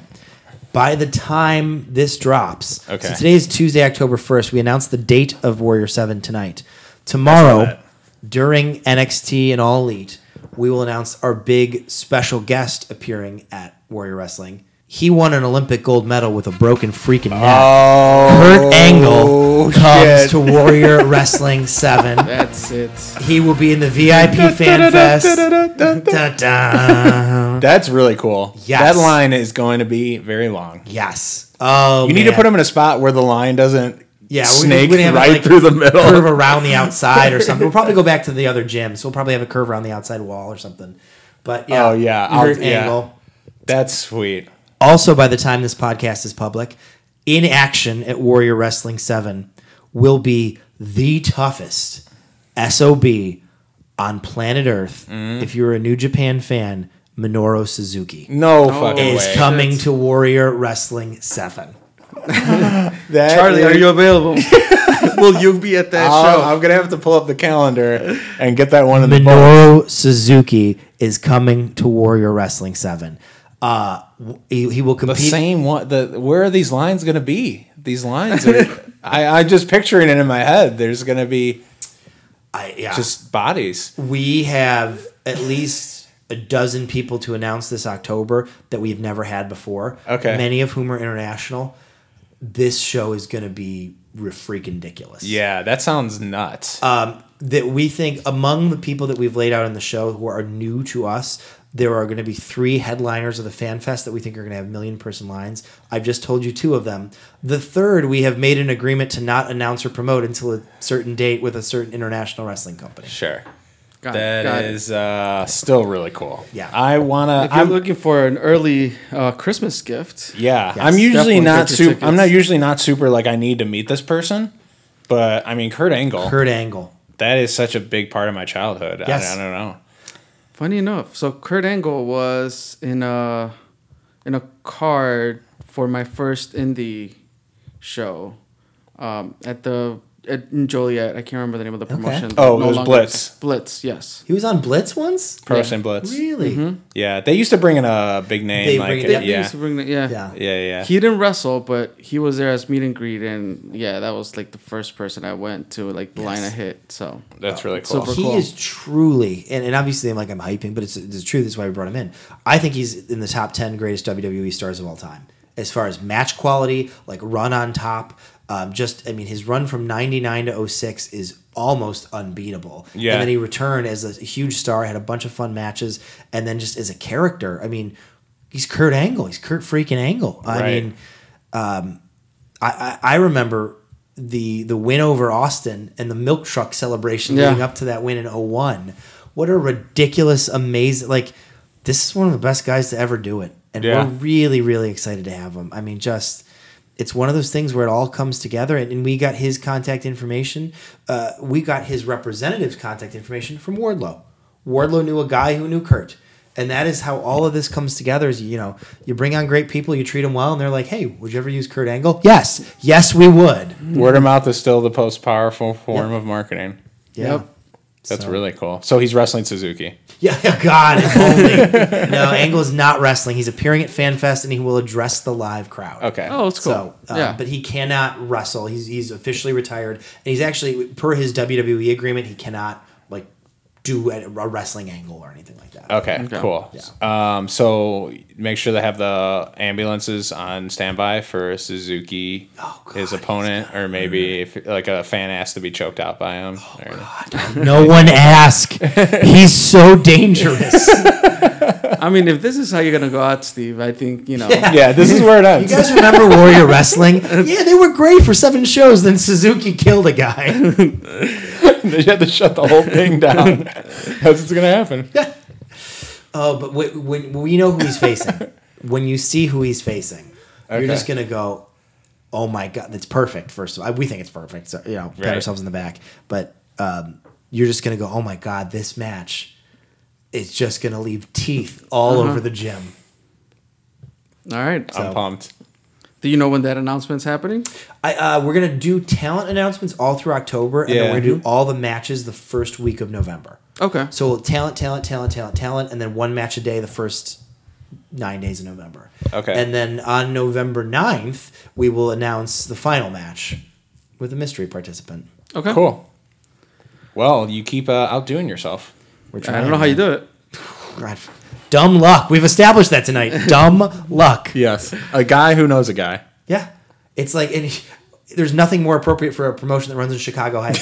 [SPEAKER 3] By the time this drops,
[SPEAKER 2] Okay.
[SPEAKER 3] so today is Tuesday, October 1st. We announced the date of Warrior 7 tonight. Tomorrow,
[SPEAKER 2] that.
[SPEAKER 3] during NXT and All Elite, we will announce our big special guest appearing at Warrior Wrestling. He won an Olympic gold medal with a broken freaking neck.
[SPEAKER 2] Oh,
[SPEAKER 3] Kurt Angle comes
[SPEAKER 2] shit.
[SPEAKER 3] to Warrior Wrestling 7.
[SPEAKER 1] That's it.
[SPEAKER 3] He will be in the VIP Fan Fest. Da-da.
[SPEAKER 2] That's really cool.
[SPEAKER 3] Uh-huh. Yes.
[SPEAKER 2] That line is going to be very long.
[SPEAKER 3] Yes. Oh,
[SPEAKER 2] You need to
[SPEAKER 3] man.
[SPEAKER 2] put him in a spot where the line doesn't
[SPEAKER 3] Yeah, we-
[SPEAKER 2] snake
[SPEAKER 3] we're gonna have it,
[SPEAKER 2] right
[SPEAKER 3] like,
[SPEAKER 2] through the middle.
[SPEAKER 3] curve around the outside or something. We'll probably go back to the other gym, so we'll probably have a curve around the outside wall or something. But yeah,
[SPEAKER 2] Oh, yeah. I'll-
[SPEAKER 3] Kurt
[SPEAKER 2] yeah.
[SPEAKER 3] Angle.
[SPEAKER 2] That's sweet.
[SPEAKER 3] Also, by the time this podcast is public, in action at Warrior Wrestling Seven will be the toughest sob on planet Earth.
[SPEAKER 2] Mm.
[SPEAKER 3] If you're a New Japan fan, Minoru Suzuki
[SPEAKER 2] No fucking
[SPEAKER 3] is
[SPEAKER 2] way.
[SPEAKER 3] coming to Warrior Wrestling Seven.
[SPEAKER 2] That
[SPEAKER 1] Charlie, are
[SPEAKER 2] is-
[SPEAKER 1] you available? Will you be at that
[SPEAKER 2] I'll-
[SPEAKER 1] show?
[SPEAKER 2] I'm gonna have to pull up the calendar and get that one in the book.
[SPEAKER 3] Minoru Suzuki is coming to Warrior Wrestling Seven. Uh, w- he, he will
[SPEAKER 2] The
[SPEAKER 3] compete.
[SPEAKER 2] same one. The where are these lines gonna be? These lines are. I, I'm just picturing it in my head. There's gonna be
[SPEAKER 3] I- yeah.
[SPEAKER 2] just bodies.
[SPEAKER 3] we have at least a dozen people to announce this October that we've never had before.
[SPEAKER 2] Okay.
[SPEAKER 3] many of whom are international. This show is going to be re- freaking ridiculous.
[SPEAKER 2] Yeah, that sounds nuts.
[SPEAKER 3] um, that we think among the people that we've laid out in the show who are new to us, there are going to be three headliners of the fan fest that we think are going to have million person lines. I've just told you two of them. The third, we have made an agreement to not announce or promote until a certain date with a certain international wrestling company.
[SPEAKER 2] sure.
[SPEAKER 1] Got it, got
[SPEAKER 2] That
[SPEAKER 1] it.
[SPEAKER 2] is uh, still really cool.
[SPEAKER 3] Yeah.
[SPEAKER 2] I wanna.
[SPEAKER 1] If you're
[SPEAKER 2] I'm,
[SPEAKER 1] looking for an early uh, Christmas gift,
[SPEAKER 2] yeah,
[SPEAKER 3] Yes.
[SPEAKER 2] I'm usually
[SPEAKER 1] Definitely
[SPEAKER 2] not
[SPEAKER 1] get your
[SPEAKER 2] super. I'm not
[SPEAKER 1] tickets.
[SPEAKER 2] usually not super like I need to meet this person, but I mean Kurt Angle.
[SPEAKER 3] Kurt Angle.
[SPEAKER 2] That is such a big part of my childhood. I-
[SPEAKER 3] Yes.
[SPEAKER 2] I, don't know.
[SPEAKER 1] funny enough, so Kurt Angle was in a in a card for my first indie show um, at the at, in Joliet. I can't remember the name of the promotion.
[SPEAKER 2] Oh, it was Blitz.
[SPEAKER 1] Blitz, yes.
[SPEAKER 3] He was on Blitz once?
[SPEAKER 2] Person Blitz.
[SPEAKER 3] Really?
[SPEAKER 2] Yeah, they used to bring in a big name.
[SPEAKER 3] They
[SPEAKER 2] like
[SPEAKER 3] bring it
[SPEAKER 2] yeah.
[SPEAKER 3] up.
[SPEAKER 1] They
[SPEAKER 2] yeah,
[SPEAKER 1] used to bring the- yeah.
[SPEAKER 3] Yeah.
[SPEAKER 2] yeah, yeah.
[SPEAKER 1] He didn't wrestle, but he was there as meet and greet, and yeah, that was like the first person I went to, like the line I hit. So
[SPEAKER 2] That's really cool.
[SPEAKER 1] so for-
[SPEAKER 3] He
[SPEAKER 1] cool.
[SPEAKER 3] is truly, and, and obviously I'm like I'm hyping, but it's, it's the truth. That's why we brought him in. I think he's in the top ten greatest WWE stars of all time, as far as match quality, like run on top. Um, just, I mean, his run from '99 to 06 is almost unbeatable.
[SPEAKER 2] Yeah.
[SPEAKER 3] and then he returned as a huge star, had a bunch of fun matches, and then just as a character. I mean, he's Kurt Angle. He's Kurt freaking Angle. I
[SPEAKER 2] Right.
[SPEAKER 3] mean. I, I I remember the the win over Austin and the milk truck celebration
[SPEAKER 1] Yeah.
[SPEAKER 3] leading up to that win in 01. What a ridiculous, amazing like this is one of the best guys to ever do it. And
[SPEAKER 2] Yeah.
[SPEAKER 3] we're really, really excited to have him. I mean, just it's one of those things where it all comes together and, and we got his contact information. Uh, we got his representative's contact information from Wardlow. Wardlow knew a guy who knew Kurt. And that is how all of this comes together. Is you know you bring on great people, you treat them well, and they're like, "Hey, would you ever use Kurt Angle?" Yes, yes, we would.
[SPEAKER 2] Word of mouth is still the most powerful form of marketing.
[SPEAKER 3] Yeah.
[SPEAKER 1] Yep.
[SPEAKER 2] That's
[SPEAKER 3] So-
[SPEAKER 2] really cool. So he's wrestling Suzuki.
[SPEAKER 3] Yeah, oh God, if only. no, Angle is not wrestling. He's appearing at FanFest and he will address the live crowd.
[SPEAKER 2] Okay.
[SPEAKER 1] oh, it's cool.
[SPEAKER 3] So, uh,
[SPEAKER 1] yeah,
[SPEAKER 3] but he cannot wrestle. He's he's officially retired, and he's actually per his WWE agreement, he E cannot like do a, a wrestling angle or anything like that.
[SPEAKER 2] Okay, cool. Um, so make sure they have the ambulances on standby for Suzuki,
[SPEAKER 3] Oh, God,
[SPEAKER 2] his opponent, or maybe if like a fan asked to be choked out by him.
[SPEAKER 3] Oh,
[SPEAKER 2] or-
[SPEAKER 3] No one ask. He's so dangerous.
[SPEAKER 1] I mean, if this is how you're gonna go out, Steve, I think you know.
[SPEAKER 2] Yeah, this is where it
[SPEAKER 3] You
[SPEAKER 2] ends.
[SPEAKER 3] guys remember Warrior Wrestling? Yeah, they were great for seven shows. Then Suzuki killed a guy.
[SPEAKER 2] they had to shut the whole thing down. That's what's gonna happen.
[SPEAKER 3] Oh, but wh- when we know who he's facing, when you see who he's facing,
[SPEAKER 2] Okay.
[SPEAKER 3] you're just gonna go, "Oh my god, that's perfect." First of all, we think it's perfect. So you know, pat
[SPEAKER 2] Right.
[SPEAKER 3] ourselves in the back. But um, you're just gonna go, "Oh my god, this match is just gonna leave teeth all
[SPEAKER 2] Uh-huh.
[SPEAKER 3] over the gym."
[SPEAKER 1] All right.
[SPEAKER 2] I'm pumped.
[SPEAKER 1] Do you know when that announcement's happening?
[SPEAKER 3] I, uh, we're gonna do talent announcements all through October, and
[SPEAKER 2] Yeah.
[SPEAKER 3] then we're gonna do all the matches the first week of November.
[SPEAKER 1] Okay.
[SPEAKER 3] So talent, talent, talent, talent, talent, and then one match a day the first nine days of November.
[SPEAKER 2] Okay.
[SPEAKER 3] And then on November 9th, we will announce the final match with a mystery participant.
[SPEAKER 1] Okay.
[SPEAKER 2] Cool. Well, you keep uh, outdoing yourself.
[SPEAKER 3] We're
[SPEAKER 1] I don't know how you do it.
[SPEAKER 3] God, dumb luck. We've established that tonight. dumb luck.
[SPEAKER 2] Yes, a guy who knows a guy.
[SPEAKER 3] Yeah. It's like, and there's nothing more appropriate for a promotion that runs in Chicago Heights.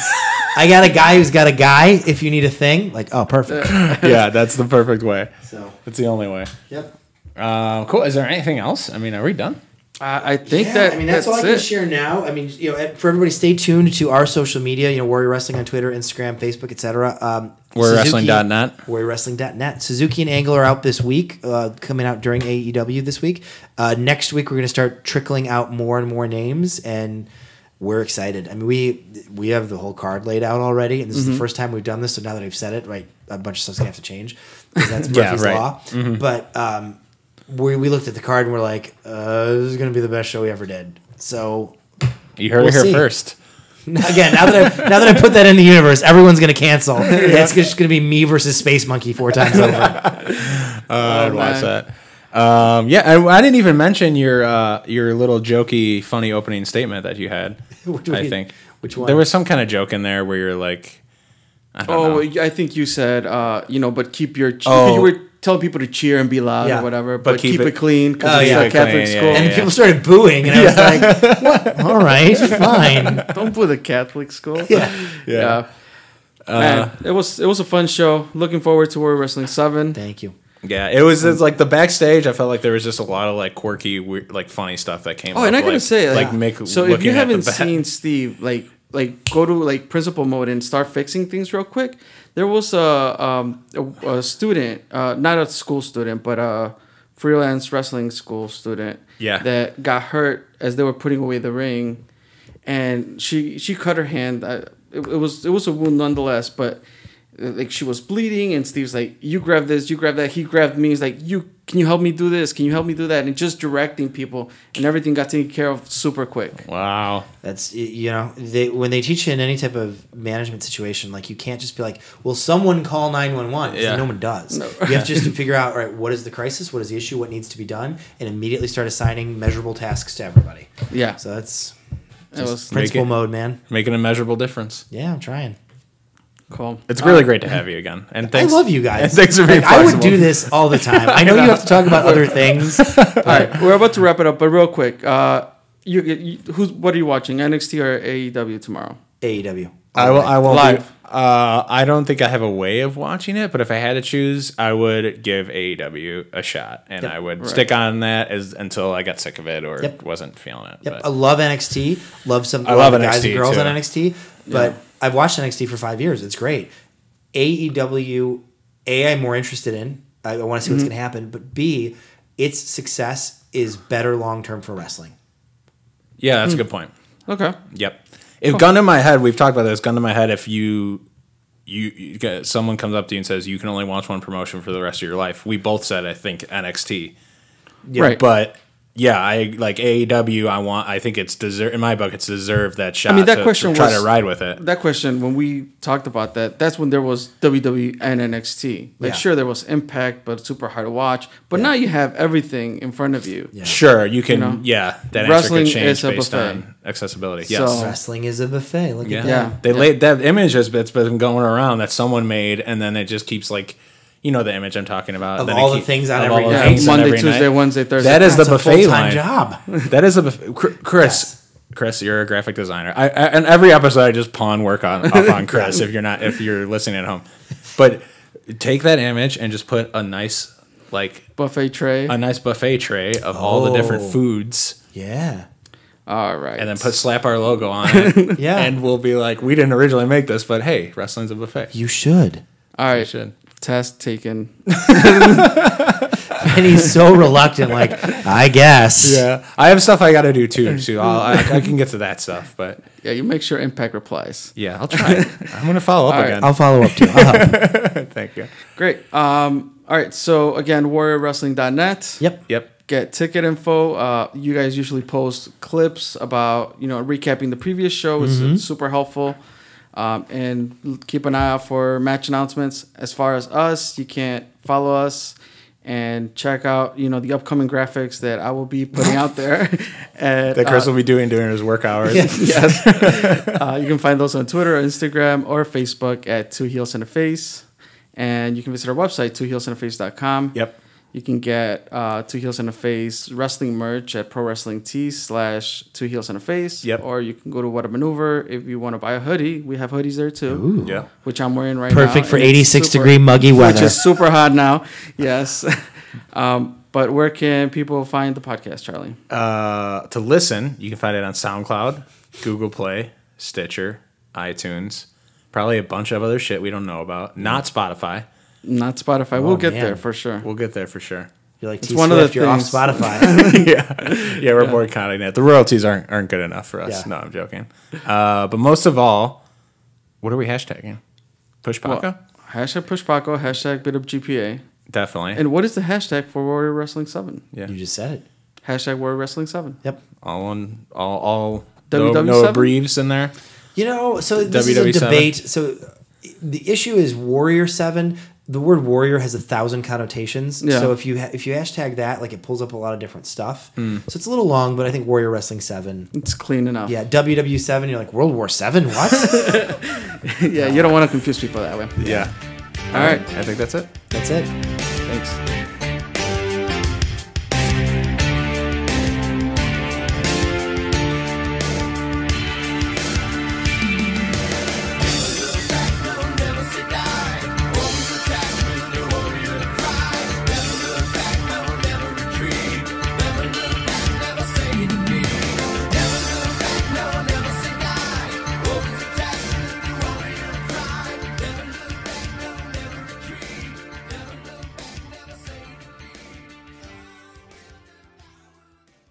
[SPEAKER 3] I got a guy who's got a guy. If you need a thing, like, oh, perfect.
[SPEAKER 2] yeah, that's the perfect way.
[SPEAKER 3] So,
[SPEAKER 2] That's the only way.
[SPEAKER 3] yep.
[SPEAKER 2] Uh, cool. Is there anything else? I mean, are we done?
[SPEAKER 1] I, I think
[SPEAKER 3] yeah,
[SPEAKER 1] that.
[SPEAKER 3] I mean that's, all I can
[SPEAKER 1] it.
[SPEAKER 3] share now. I mean, you know, and for everybody, stay tuned to our social media. You know, Warrior Wrestling on Twitter, Instagram, Facebook, etc. Um,
[SPEAKER 2] WarriorWrestling.net.
[SPEAKER 3] Suzuki- WarriorWrestling.net. Suzuki and Angle are out this week, uh, coming out during AEW this week. Uh, next week, we're going to start trickling out more and more names, and we're excited. I mean, we we have the whole card laid out already, and this
[SPEAKER 2] Mm-hmm.
[SPEAKER 3] is the first time we've done this. So now that I've said it, right, a bunch of stuff's going to have to change 'cause that's
[SPEAKER 2] Yeah,
[SPEAKER 3] Murphy's
[SPEAKER 2] right. Mm-hmm.
[SPEAKER 3] Law. But um, we, we looked at the card and we're like, uh, this is going to be the best show we ever did. So
[SPEAKER 2] You heard
[SPEAKER 3] We'll
[SPEAKER 2] it here
[SPEAKER 3] see.
[SPEAKER 2] first.
[SPEAKER 3] again, now that I now that I put that in the universe, everyone's going to cancel. It's just going to be me versus Space Monkey four times over.
[SPEAKER 2] I'd
[SPEAKER 1] Oh, man.
[SPEAKER 2] watch that. Um, yeah, I, I didn't even mention your uh, your little jokey, funny opening statement that you had.
[SPEAKER 3] What do
[SPEAKER 2] I
[SPEAKER 3] we-
[SPEAKER 2] think
[SPEAKER 3] which one?
[SPEAKER 2] There was some kind of joke in there where you're like, I don't
[SPEAKER 1] Oh,
[SPEAKER 2] know.
[SPEAKER 1] I think you said, uh, you know, but keep your.
[SPEAKER 2] Oh.
[SPEAKER 1] You were telling people to cheer and be loud
[SPEAKER 3] Yeah.
[SPEAKER 1] or whatever,
[SPEAKER 2] But
[SPEAKER 1] but,
[SPEAKER 2] keep
[SPEAKER 1] keep,
[SPEAKER 2] it-
[SPEAKER 1] it clean because
[SPEAKER 3] Oh,
[SPEAKER 1] it's
[SPEAKER 3] yeah.
[SPEAKER 1] a Catholic
[SPEAKER 2] Clean, yeah,
[SPEAKER 1] school.
[SPEAKER 2] yeah,
[SPEAKER 3] And
[SPEAKER 2] yeah.
[SPEAKER 3] people started booing, and I was like, "What? All right, fine."
[SPEAKER 1] Don't put a Catholic school.
[SPEAKER 3] Yeah.
[SPEAKER 1] yeah. Man, it was it was a fun show. Looking forward to Warrior Wrestling Seven.
[SPEAKER 3] Thank you.
[SPEAKER 2] Yeah, it was it's like the backstage. I felt like there was just a lot of like quirky, weird, like funny stuff that came.
[SPEAKER 1] Oh, and
[SPEAKER 2] up,
[SPEAKER 1] I gotta
[SPEAKER 2] like,
[SPEAKER 1] say,
[SPEAKER 2] like
[SPEAKER 1] like,
[SPEAKER 2] make
[SPEAKER 1] so if
[SPEAKER 2] looking
[SPEAKER 1] you
[SPEAKER 2] at the
[SPEAKER 1] haven't
[SPEAKER 2] back.
[SPEAKER 1] seen Steve, like, like go to like principal mode and start fixing things real quick. There was a um, a, a student, uh, not a school student, but a freelance wrestling school student,
[SPEAKER 2] Yeah.
[SPEAKER 1] that got hurt as they were putting away the ring, and she she cut her hand. I, it, it was it was a wound nonetheless, but uh, like she was bleeding, and Steve's like, "You grab this, you grab that." He grabbed me. He's like, "You can you help me do this? Can you help me do that?" And just directing people, and everything got taken care of super quick.
[SPEAKER 2] wow,
[SPEAKER 3] That's y- you know they when they teach you in any type of management situation, like you can't just be like, "Well, someone call nine one one."
[SPEAKER 2] Yeah.
[SPEAKER 3] No one does. you have to just figure out, all right, what is the crisis, what is the issue, what needs to be done, and immediately start assigning measurable tasks to everybody.
[SPEAKER 1] Yeah,
[SPEAKER 3] So that's
[SPEAKER 1] it was
[SPEAKER 2] Make
[SPEAKER 3] principal
[SPEAKER 2] it-
[SPEAKER 3] mode, man.
[SPEAKER 2] making a measurable difference.
[SPEAKER 3] Yeah, I'm trying.
[SPEAKER 1] cool.
[SPEAKER 2] It's really great to have you again, and thanks.
[SPEAKER 3] I love you guys.
[SPEAKER 2] And thanks for being
[SPEAKER 3] Like, I would
[SPEAKER 2] flexible.
[SPEAKER 3] do this all the time. I know you have to talk about other things.
[SPEAKER 1] All right, we're about to wrap it up, but real quick, uh, you, you who's what are you watching? NXT or AEW tomorrow?
[SPEAKER 3] AEW.
[SPEAKER 2] I will. I won't.
[SPEAKER 1] Live.
[SPEAKER 2] Live. uh, I don't think I have a way of watching it, but if I had to choose, I would give AEW a shot, and
[SPEAKER 3] Yep.
[SPEAKER 2] I would stick on that as until I got sick of it or
[SPEAKER 3] Yep.
[SPEAKER 2] wasn't feeling it.
[SPEAKER 3] Yep,
[SPEAKER 2] but-
[SPEAKER 3] I love NXT. Love some.
[SPEAKER 2] I
[SPEAKER 3] I love
[SPEAKER 2] love
[SPEAKER 3] the guys
[SPEAKER 2] NXT
[SPEAKER 3] and girls
[SPEAKER 2] too.
[SPEAKER 3] on NXT. But I've watched NXT for five years. It's great. AEW, A, I'm more interested in. I, I want to see what's going to happen. But B, its success is better long term for wrestling.
[SPEAKER 2] yeah, that's a good point.
[SPEAKER 1] Okay,
[SPEAKER 2] Yep. If gun to my head, we've talked about this. Gun to my head. If you, you, you get- someone comes up to you and says you can only watch one promotion for the rest of your life, we both said I think NXT.
[SPEAKER 1] right.
[SPEAKER 2] But yeah, I like AEW. I want. I think it's deserve in my book. It's deserved that shot.
[SPEAKER 1] I mean, that
[SPEAKER 2] to- to
[SPEAKER 1] question
[SPEAKER 2] try
[SPEAKER 1] was-
[SPEAKER 2] to ride with it.
[SPEAKER 1] That question, when we talked about that, that's when there was WWE and NXT. Like,
[SPEAKER 3] Yeah.
[SPEAKER 1] sure, there was Impact, but super hard to watch. But now you have everything in front of you.
[SPEAKER 3] Yeah.
[SPEAKER 2] Sure, you can.
[SPEAKER 1] know?
[SPEAKER 2] yeah, that
[SPEAKER 1] Wrestling
[SPEAKER 2] answer could change
[SPEAKER 1] is a
[SPEAKER 2] based
[SPEAKER 1] buffet.
[SPEAKER 2] on accessibility.
[SPEAKER 1] So-
[SPEAKER 2] Yes.
[SPEAKER 3] Wrestling is a buffet. Look
[SPEAKER 2] Oh. yeah.
[SPEAKER 3] at that.
[SPEAKER 1] Yeah.
[SPEAKER 2] They laid that image has that's been going around that someone made, and then it just keeps like, you know, the image I'm talking about.
[SPEAKER 3] Of
[SPEAKER 2] then it
[SPEAKER 3] all the
[SPEAKER 2] keep-
[SPEAKER 3] things on
[SPEAKER 2] of
[SPEAKER 3] every
[SPEAKER 2] all the
[SPEAKER 3] night.
[SPEAKER 1] Yeah,
[SPEAKER 2] things on
[SPEAKER 1] Monday,
[SPEAKER 2] every
[SPEAKER 1] Tuesday,
[SPEAKER 2] night.
[SPEAKER 1] Wednesday, Thursday.
[SPEAKER 2] That is the
[SPEAKER 3] That's a
[SPEAKER 2] buffet
[SPEAKER 3] full-time
[SPEAKER 2] line.
[SPEAKER 3] job.
[SPEAKER 2] That is the buffet. Chr- Chris. Chris, you're a graphic designer. I, I and every episode I just pawn work on off on Chris if you're not if you're listening at home. But take that image and just put a nice like
[SPEAKER 1] buffet tray.
[SPEAKER 2] a nice buffet tray of all the different
[SPEAKER 3] Oh.
[SPEAKER 2] foods
[SPEAKER 3] Yeah.
[SPEAKER 1] All right.
[SPEAKER 2] and then put slap our logo on it.
[SPEAKER 3] Yeah.
[SPEAKER 2] And we'll be like, we didn't originally make this, but hey, wrestling's a buffet.
[SPEAKER 3] You should.
[SPEAKER 1] All
[SPEAKER 2] You
[SPEAKER 1] right.
[SPEAKER 2] should.
[SPEAKER 1] Test taken.
[SPEAKER 3] And he's so reluctant, like, I guess.
[SPEAKER 2] Yeah. I have stuff I got to do too. So I'll, I, I can get to that stuff, but
[SPEAKER 1] Yeah, you make sure Impact replies.
[SPEAKER 2] yeah, I'll try it. I'm going to follow up
[SPEAKER 1] All right.
[SPEAKER 2] again.
[SPEAKER 3] I'll follow up too. Uh-huh. I'll help.
[SPEAKER 2] Thank you.
[SPEAKER 1] Great. Um, all right. So, again, warriorwrestling.net.
[SPEAKER 3] Yep.
[SPEAKER 2] Yep.
[SPEAKER 1] Get ticket info. Uh, you guys usually post clips about, you know, recapping the previous show. It's it's super helpful. Um, and l- keep an eye out for match announcements. As far as us, you can't follow us and check out, you know, the upcoming graphics that I will be putting out there. at,
[SPEAKER 2] That
[SPEAKER 1] uh,
[SPEAKER 2] Chris will be doing during his work hours.
[SPEAKER 1] yes. uh, you can find those on Twitter, Instagram, or Facebook at Two Heels and a Face. And you can visit our website, twoheelsandaface.com.
[SPEAKER 2] Yep.
[SPEAKER 1] You can get uh, Two Heels and a Face wrestling merch at Pro Wrestling T slash Two Heels and a Face.
[SPEAKER 2] Yep.
[SPEAKER 1] Or you can go to What a Maneuver if you want to buy a hoodie. We have hoodies there too.
[SPEAKER 3] Ooh.
[SPEAKER 2] Yeah.
[SPEAKER 1] Which I'm wearing right now.
[SPEAKER 3] Perfect for
[SPEAKER 1] and it's
[SPEAKER 3] 86
[SPEAKER 1] super-
[SPEAKER 3] degree muggy
[SPEAKER 1] Which
[SPEAKER 3] weather.
[SPEAKER 1] is super hot now. Yes. um, but where can people find the podcast, Charlie?
[SPEAKER 2] Uh, to listen, you can find it on SoundCloud, Google Play, Stitcher, iTunes, probably a bunch of other shit we don't know about. Not Spotify.
[SPEAKER 1] Not Spotify. we'll get
[SPEAKER 3] Oh, man.
[SPEAKER 1] there for sure.
[SPEAKER 2] We'll get there for sure.
[SPEAKER 3] You're like,
[SPEAKER 1] one
[SPEAKER 3] one
[SPEAKER 1] of the
[SPEAKER 3] Swift, you're off
[SPEAKER 1] things-
[SPEAKER 3] Spotify.
[SPEAKER 2] yeah, yeah, we're boycotting it. The royalties aren't aren't good enough for us.
[SPEAKER 3] Yeah.
[SPEAKER 2] No, I'm joking. Uh, but most of all, what are we hashtagging? Push Paco?
[SPEAKER 1] Well, hashtag push Paco, hashtag bit up GPA.
[SPEAKER 2] Definitely.
[SPEAKER 1] And what is the hashtag for Warrior Wrestling 7?
[SPEAKER 2] yeah,
[SPEAKER 3] you just said it.
[SPEAKER 1] Hashtag Warrior Wrestling 7.
[SPEAKER 3] Yep.
[SPEAKER 2] all on all all no,
[SPEAKER 1] WW7?
[SPEAKER 2] no abbreves in there.
[SPEAKER 3] You know, so this is a
[SPEAKER 2] WW7.
[SPEAKER 3] debate. So the issue is Warrior Seven. The word warrior has a thousand connotations.
[SPEAKER 1] Yeah.
[SPEAKER 3] So if you ha- if you hashtag that, like it pulls up a lot of different stuff. So it's a little long, but I think Warrior Wrestling Seven.
[SPEAKER 1] It's clean enough.
[SPEAKER 3] Yeah, WW Seven. You're like World War Seven. What?
[SPEAKER 1] yeah, you don't want to confuse people that way.
[SPEAKER 2] Yeah.
[SPEAKER 1] All right.
[SPEAKER 2] I think that's it.
[SPEAKER 3] That's it.
[SPEAKER 1] Thanks.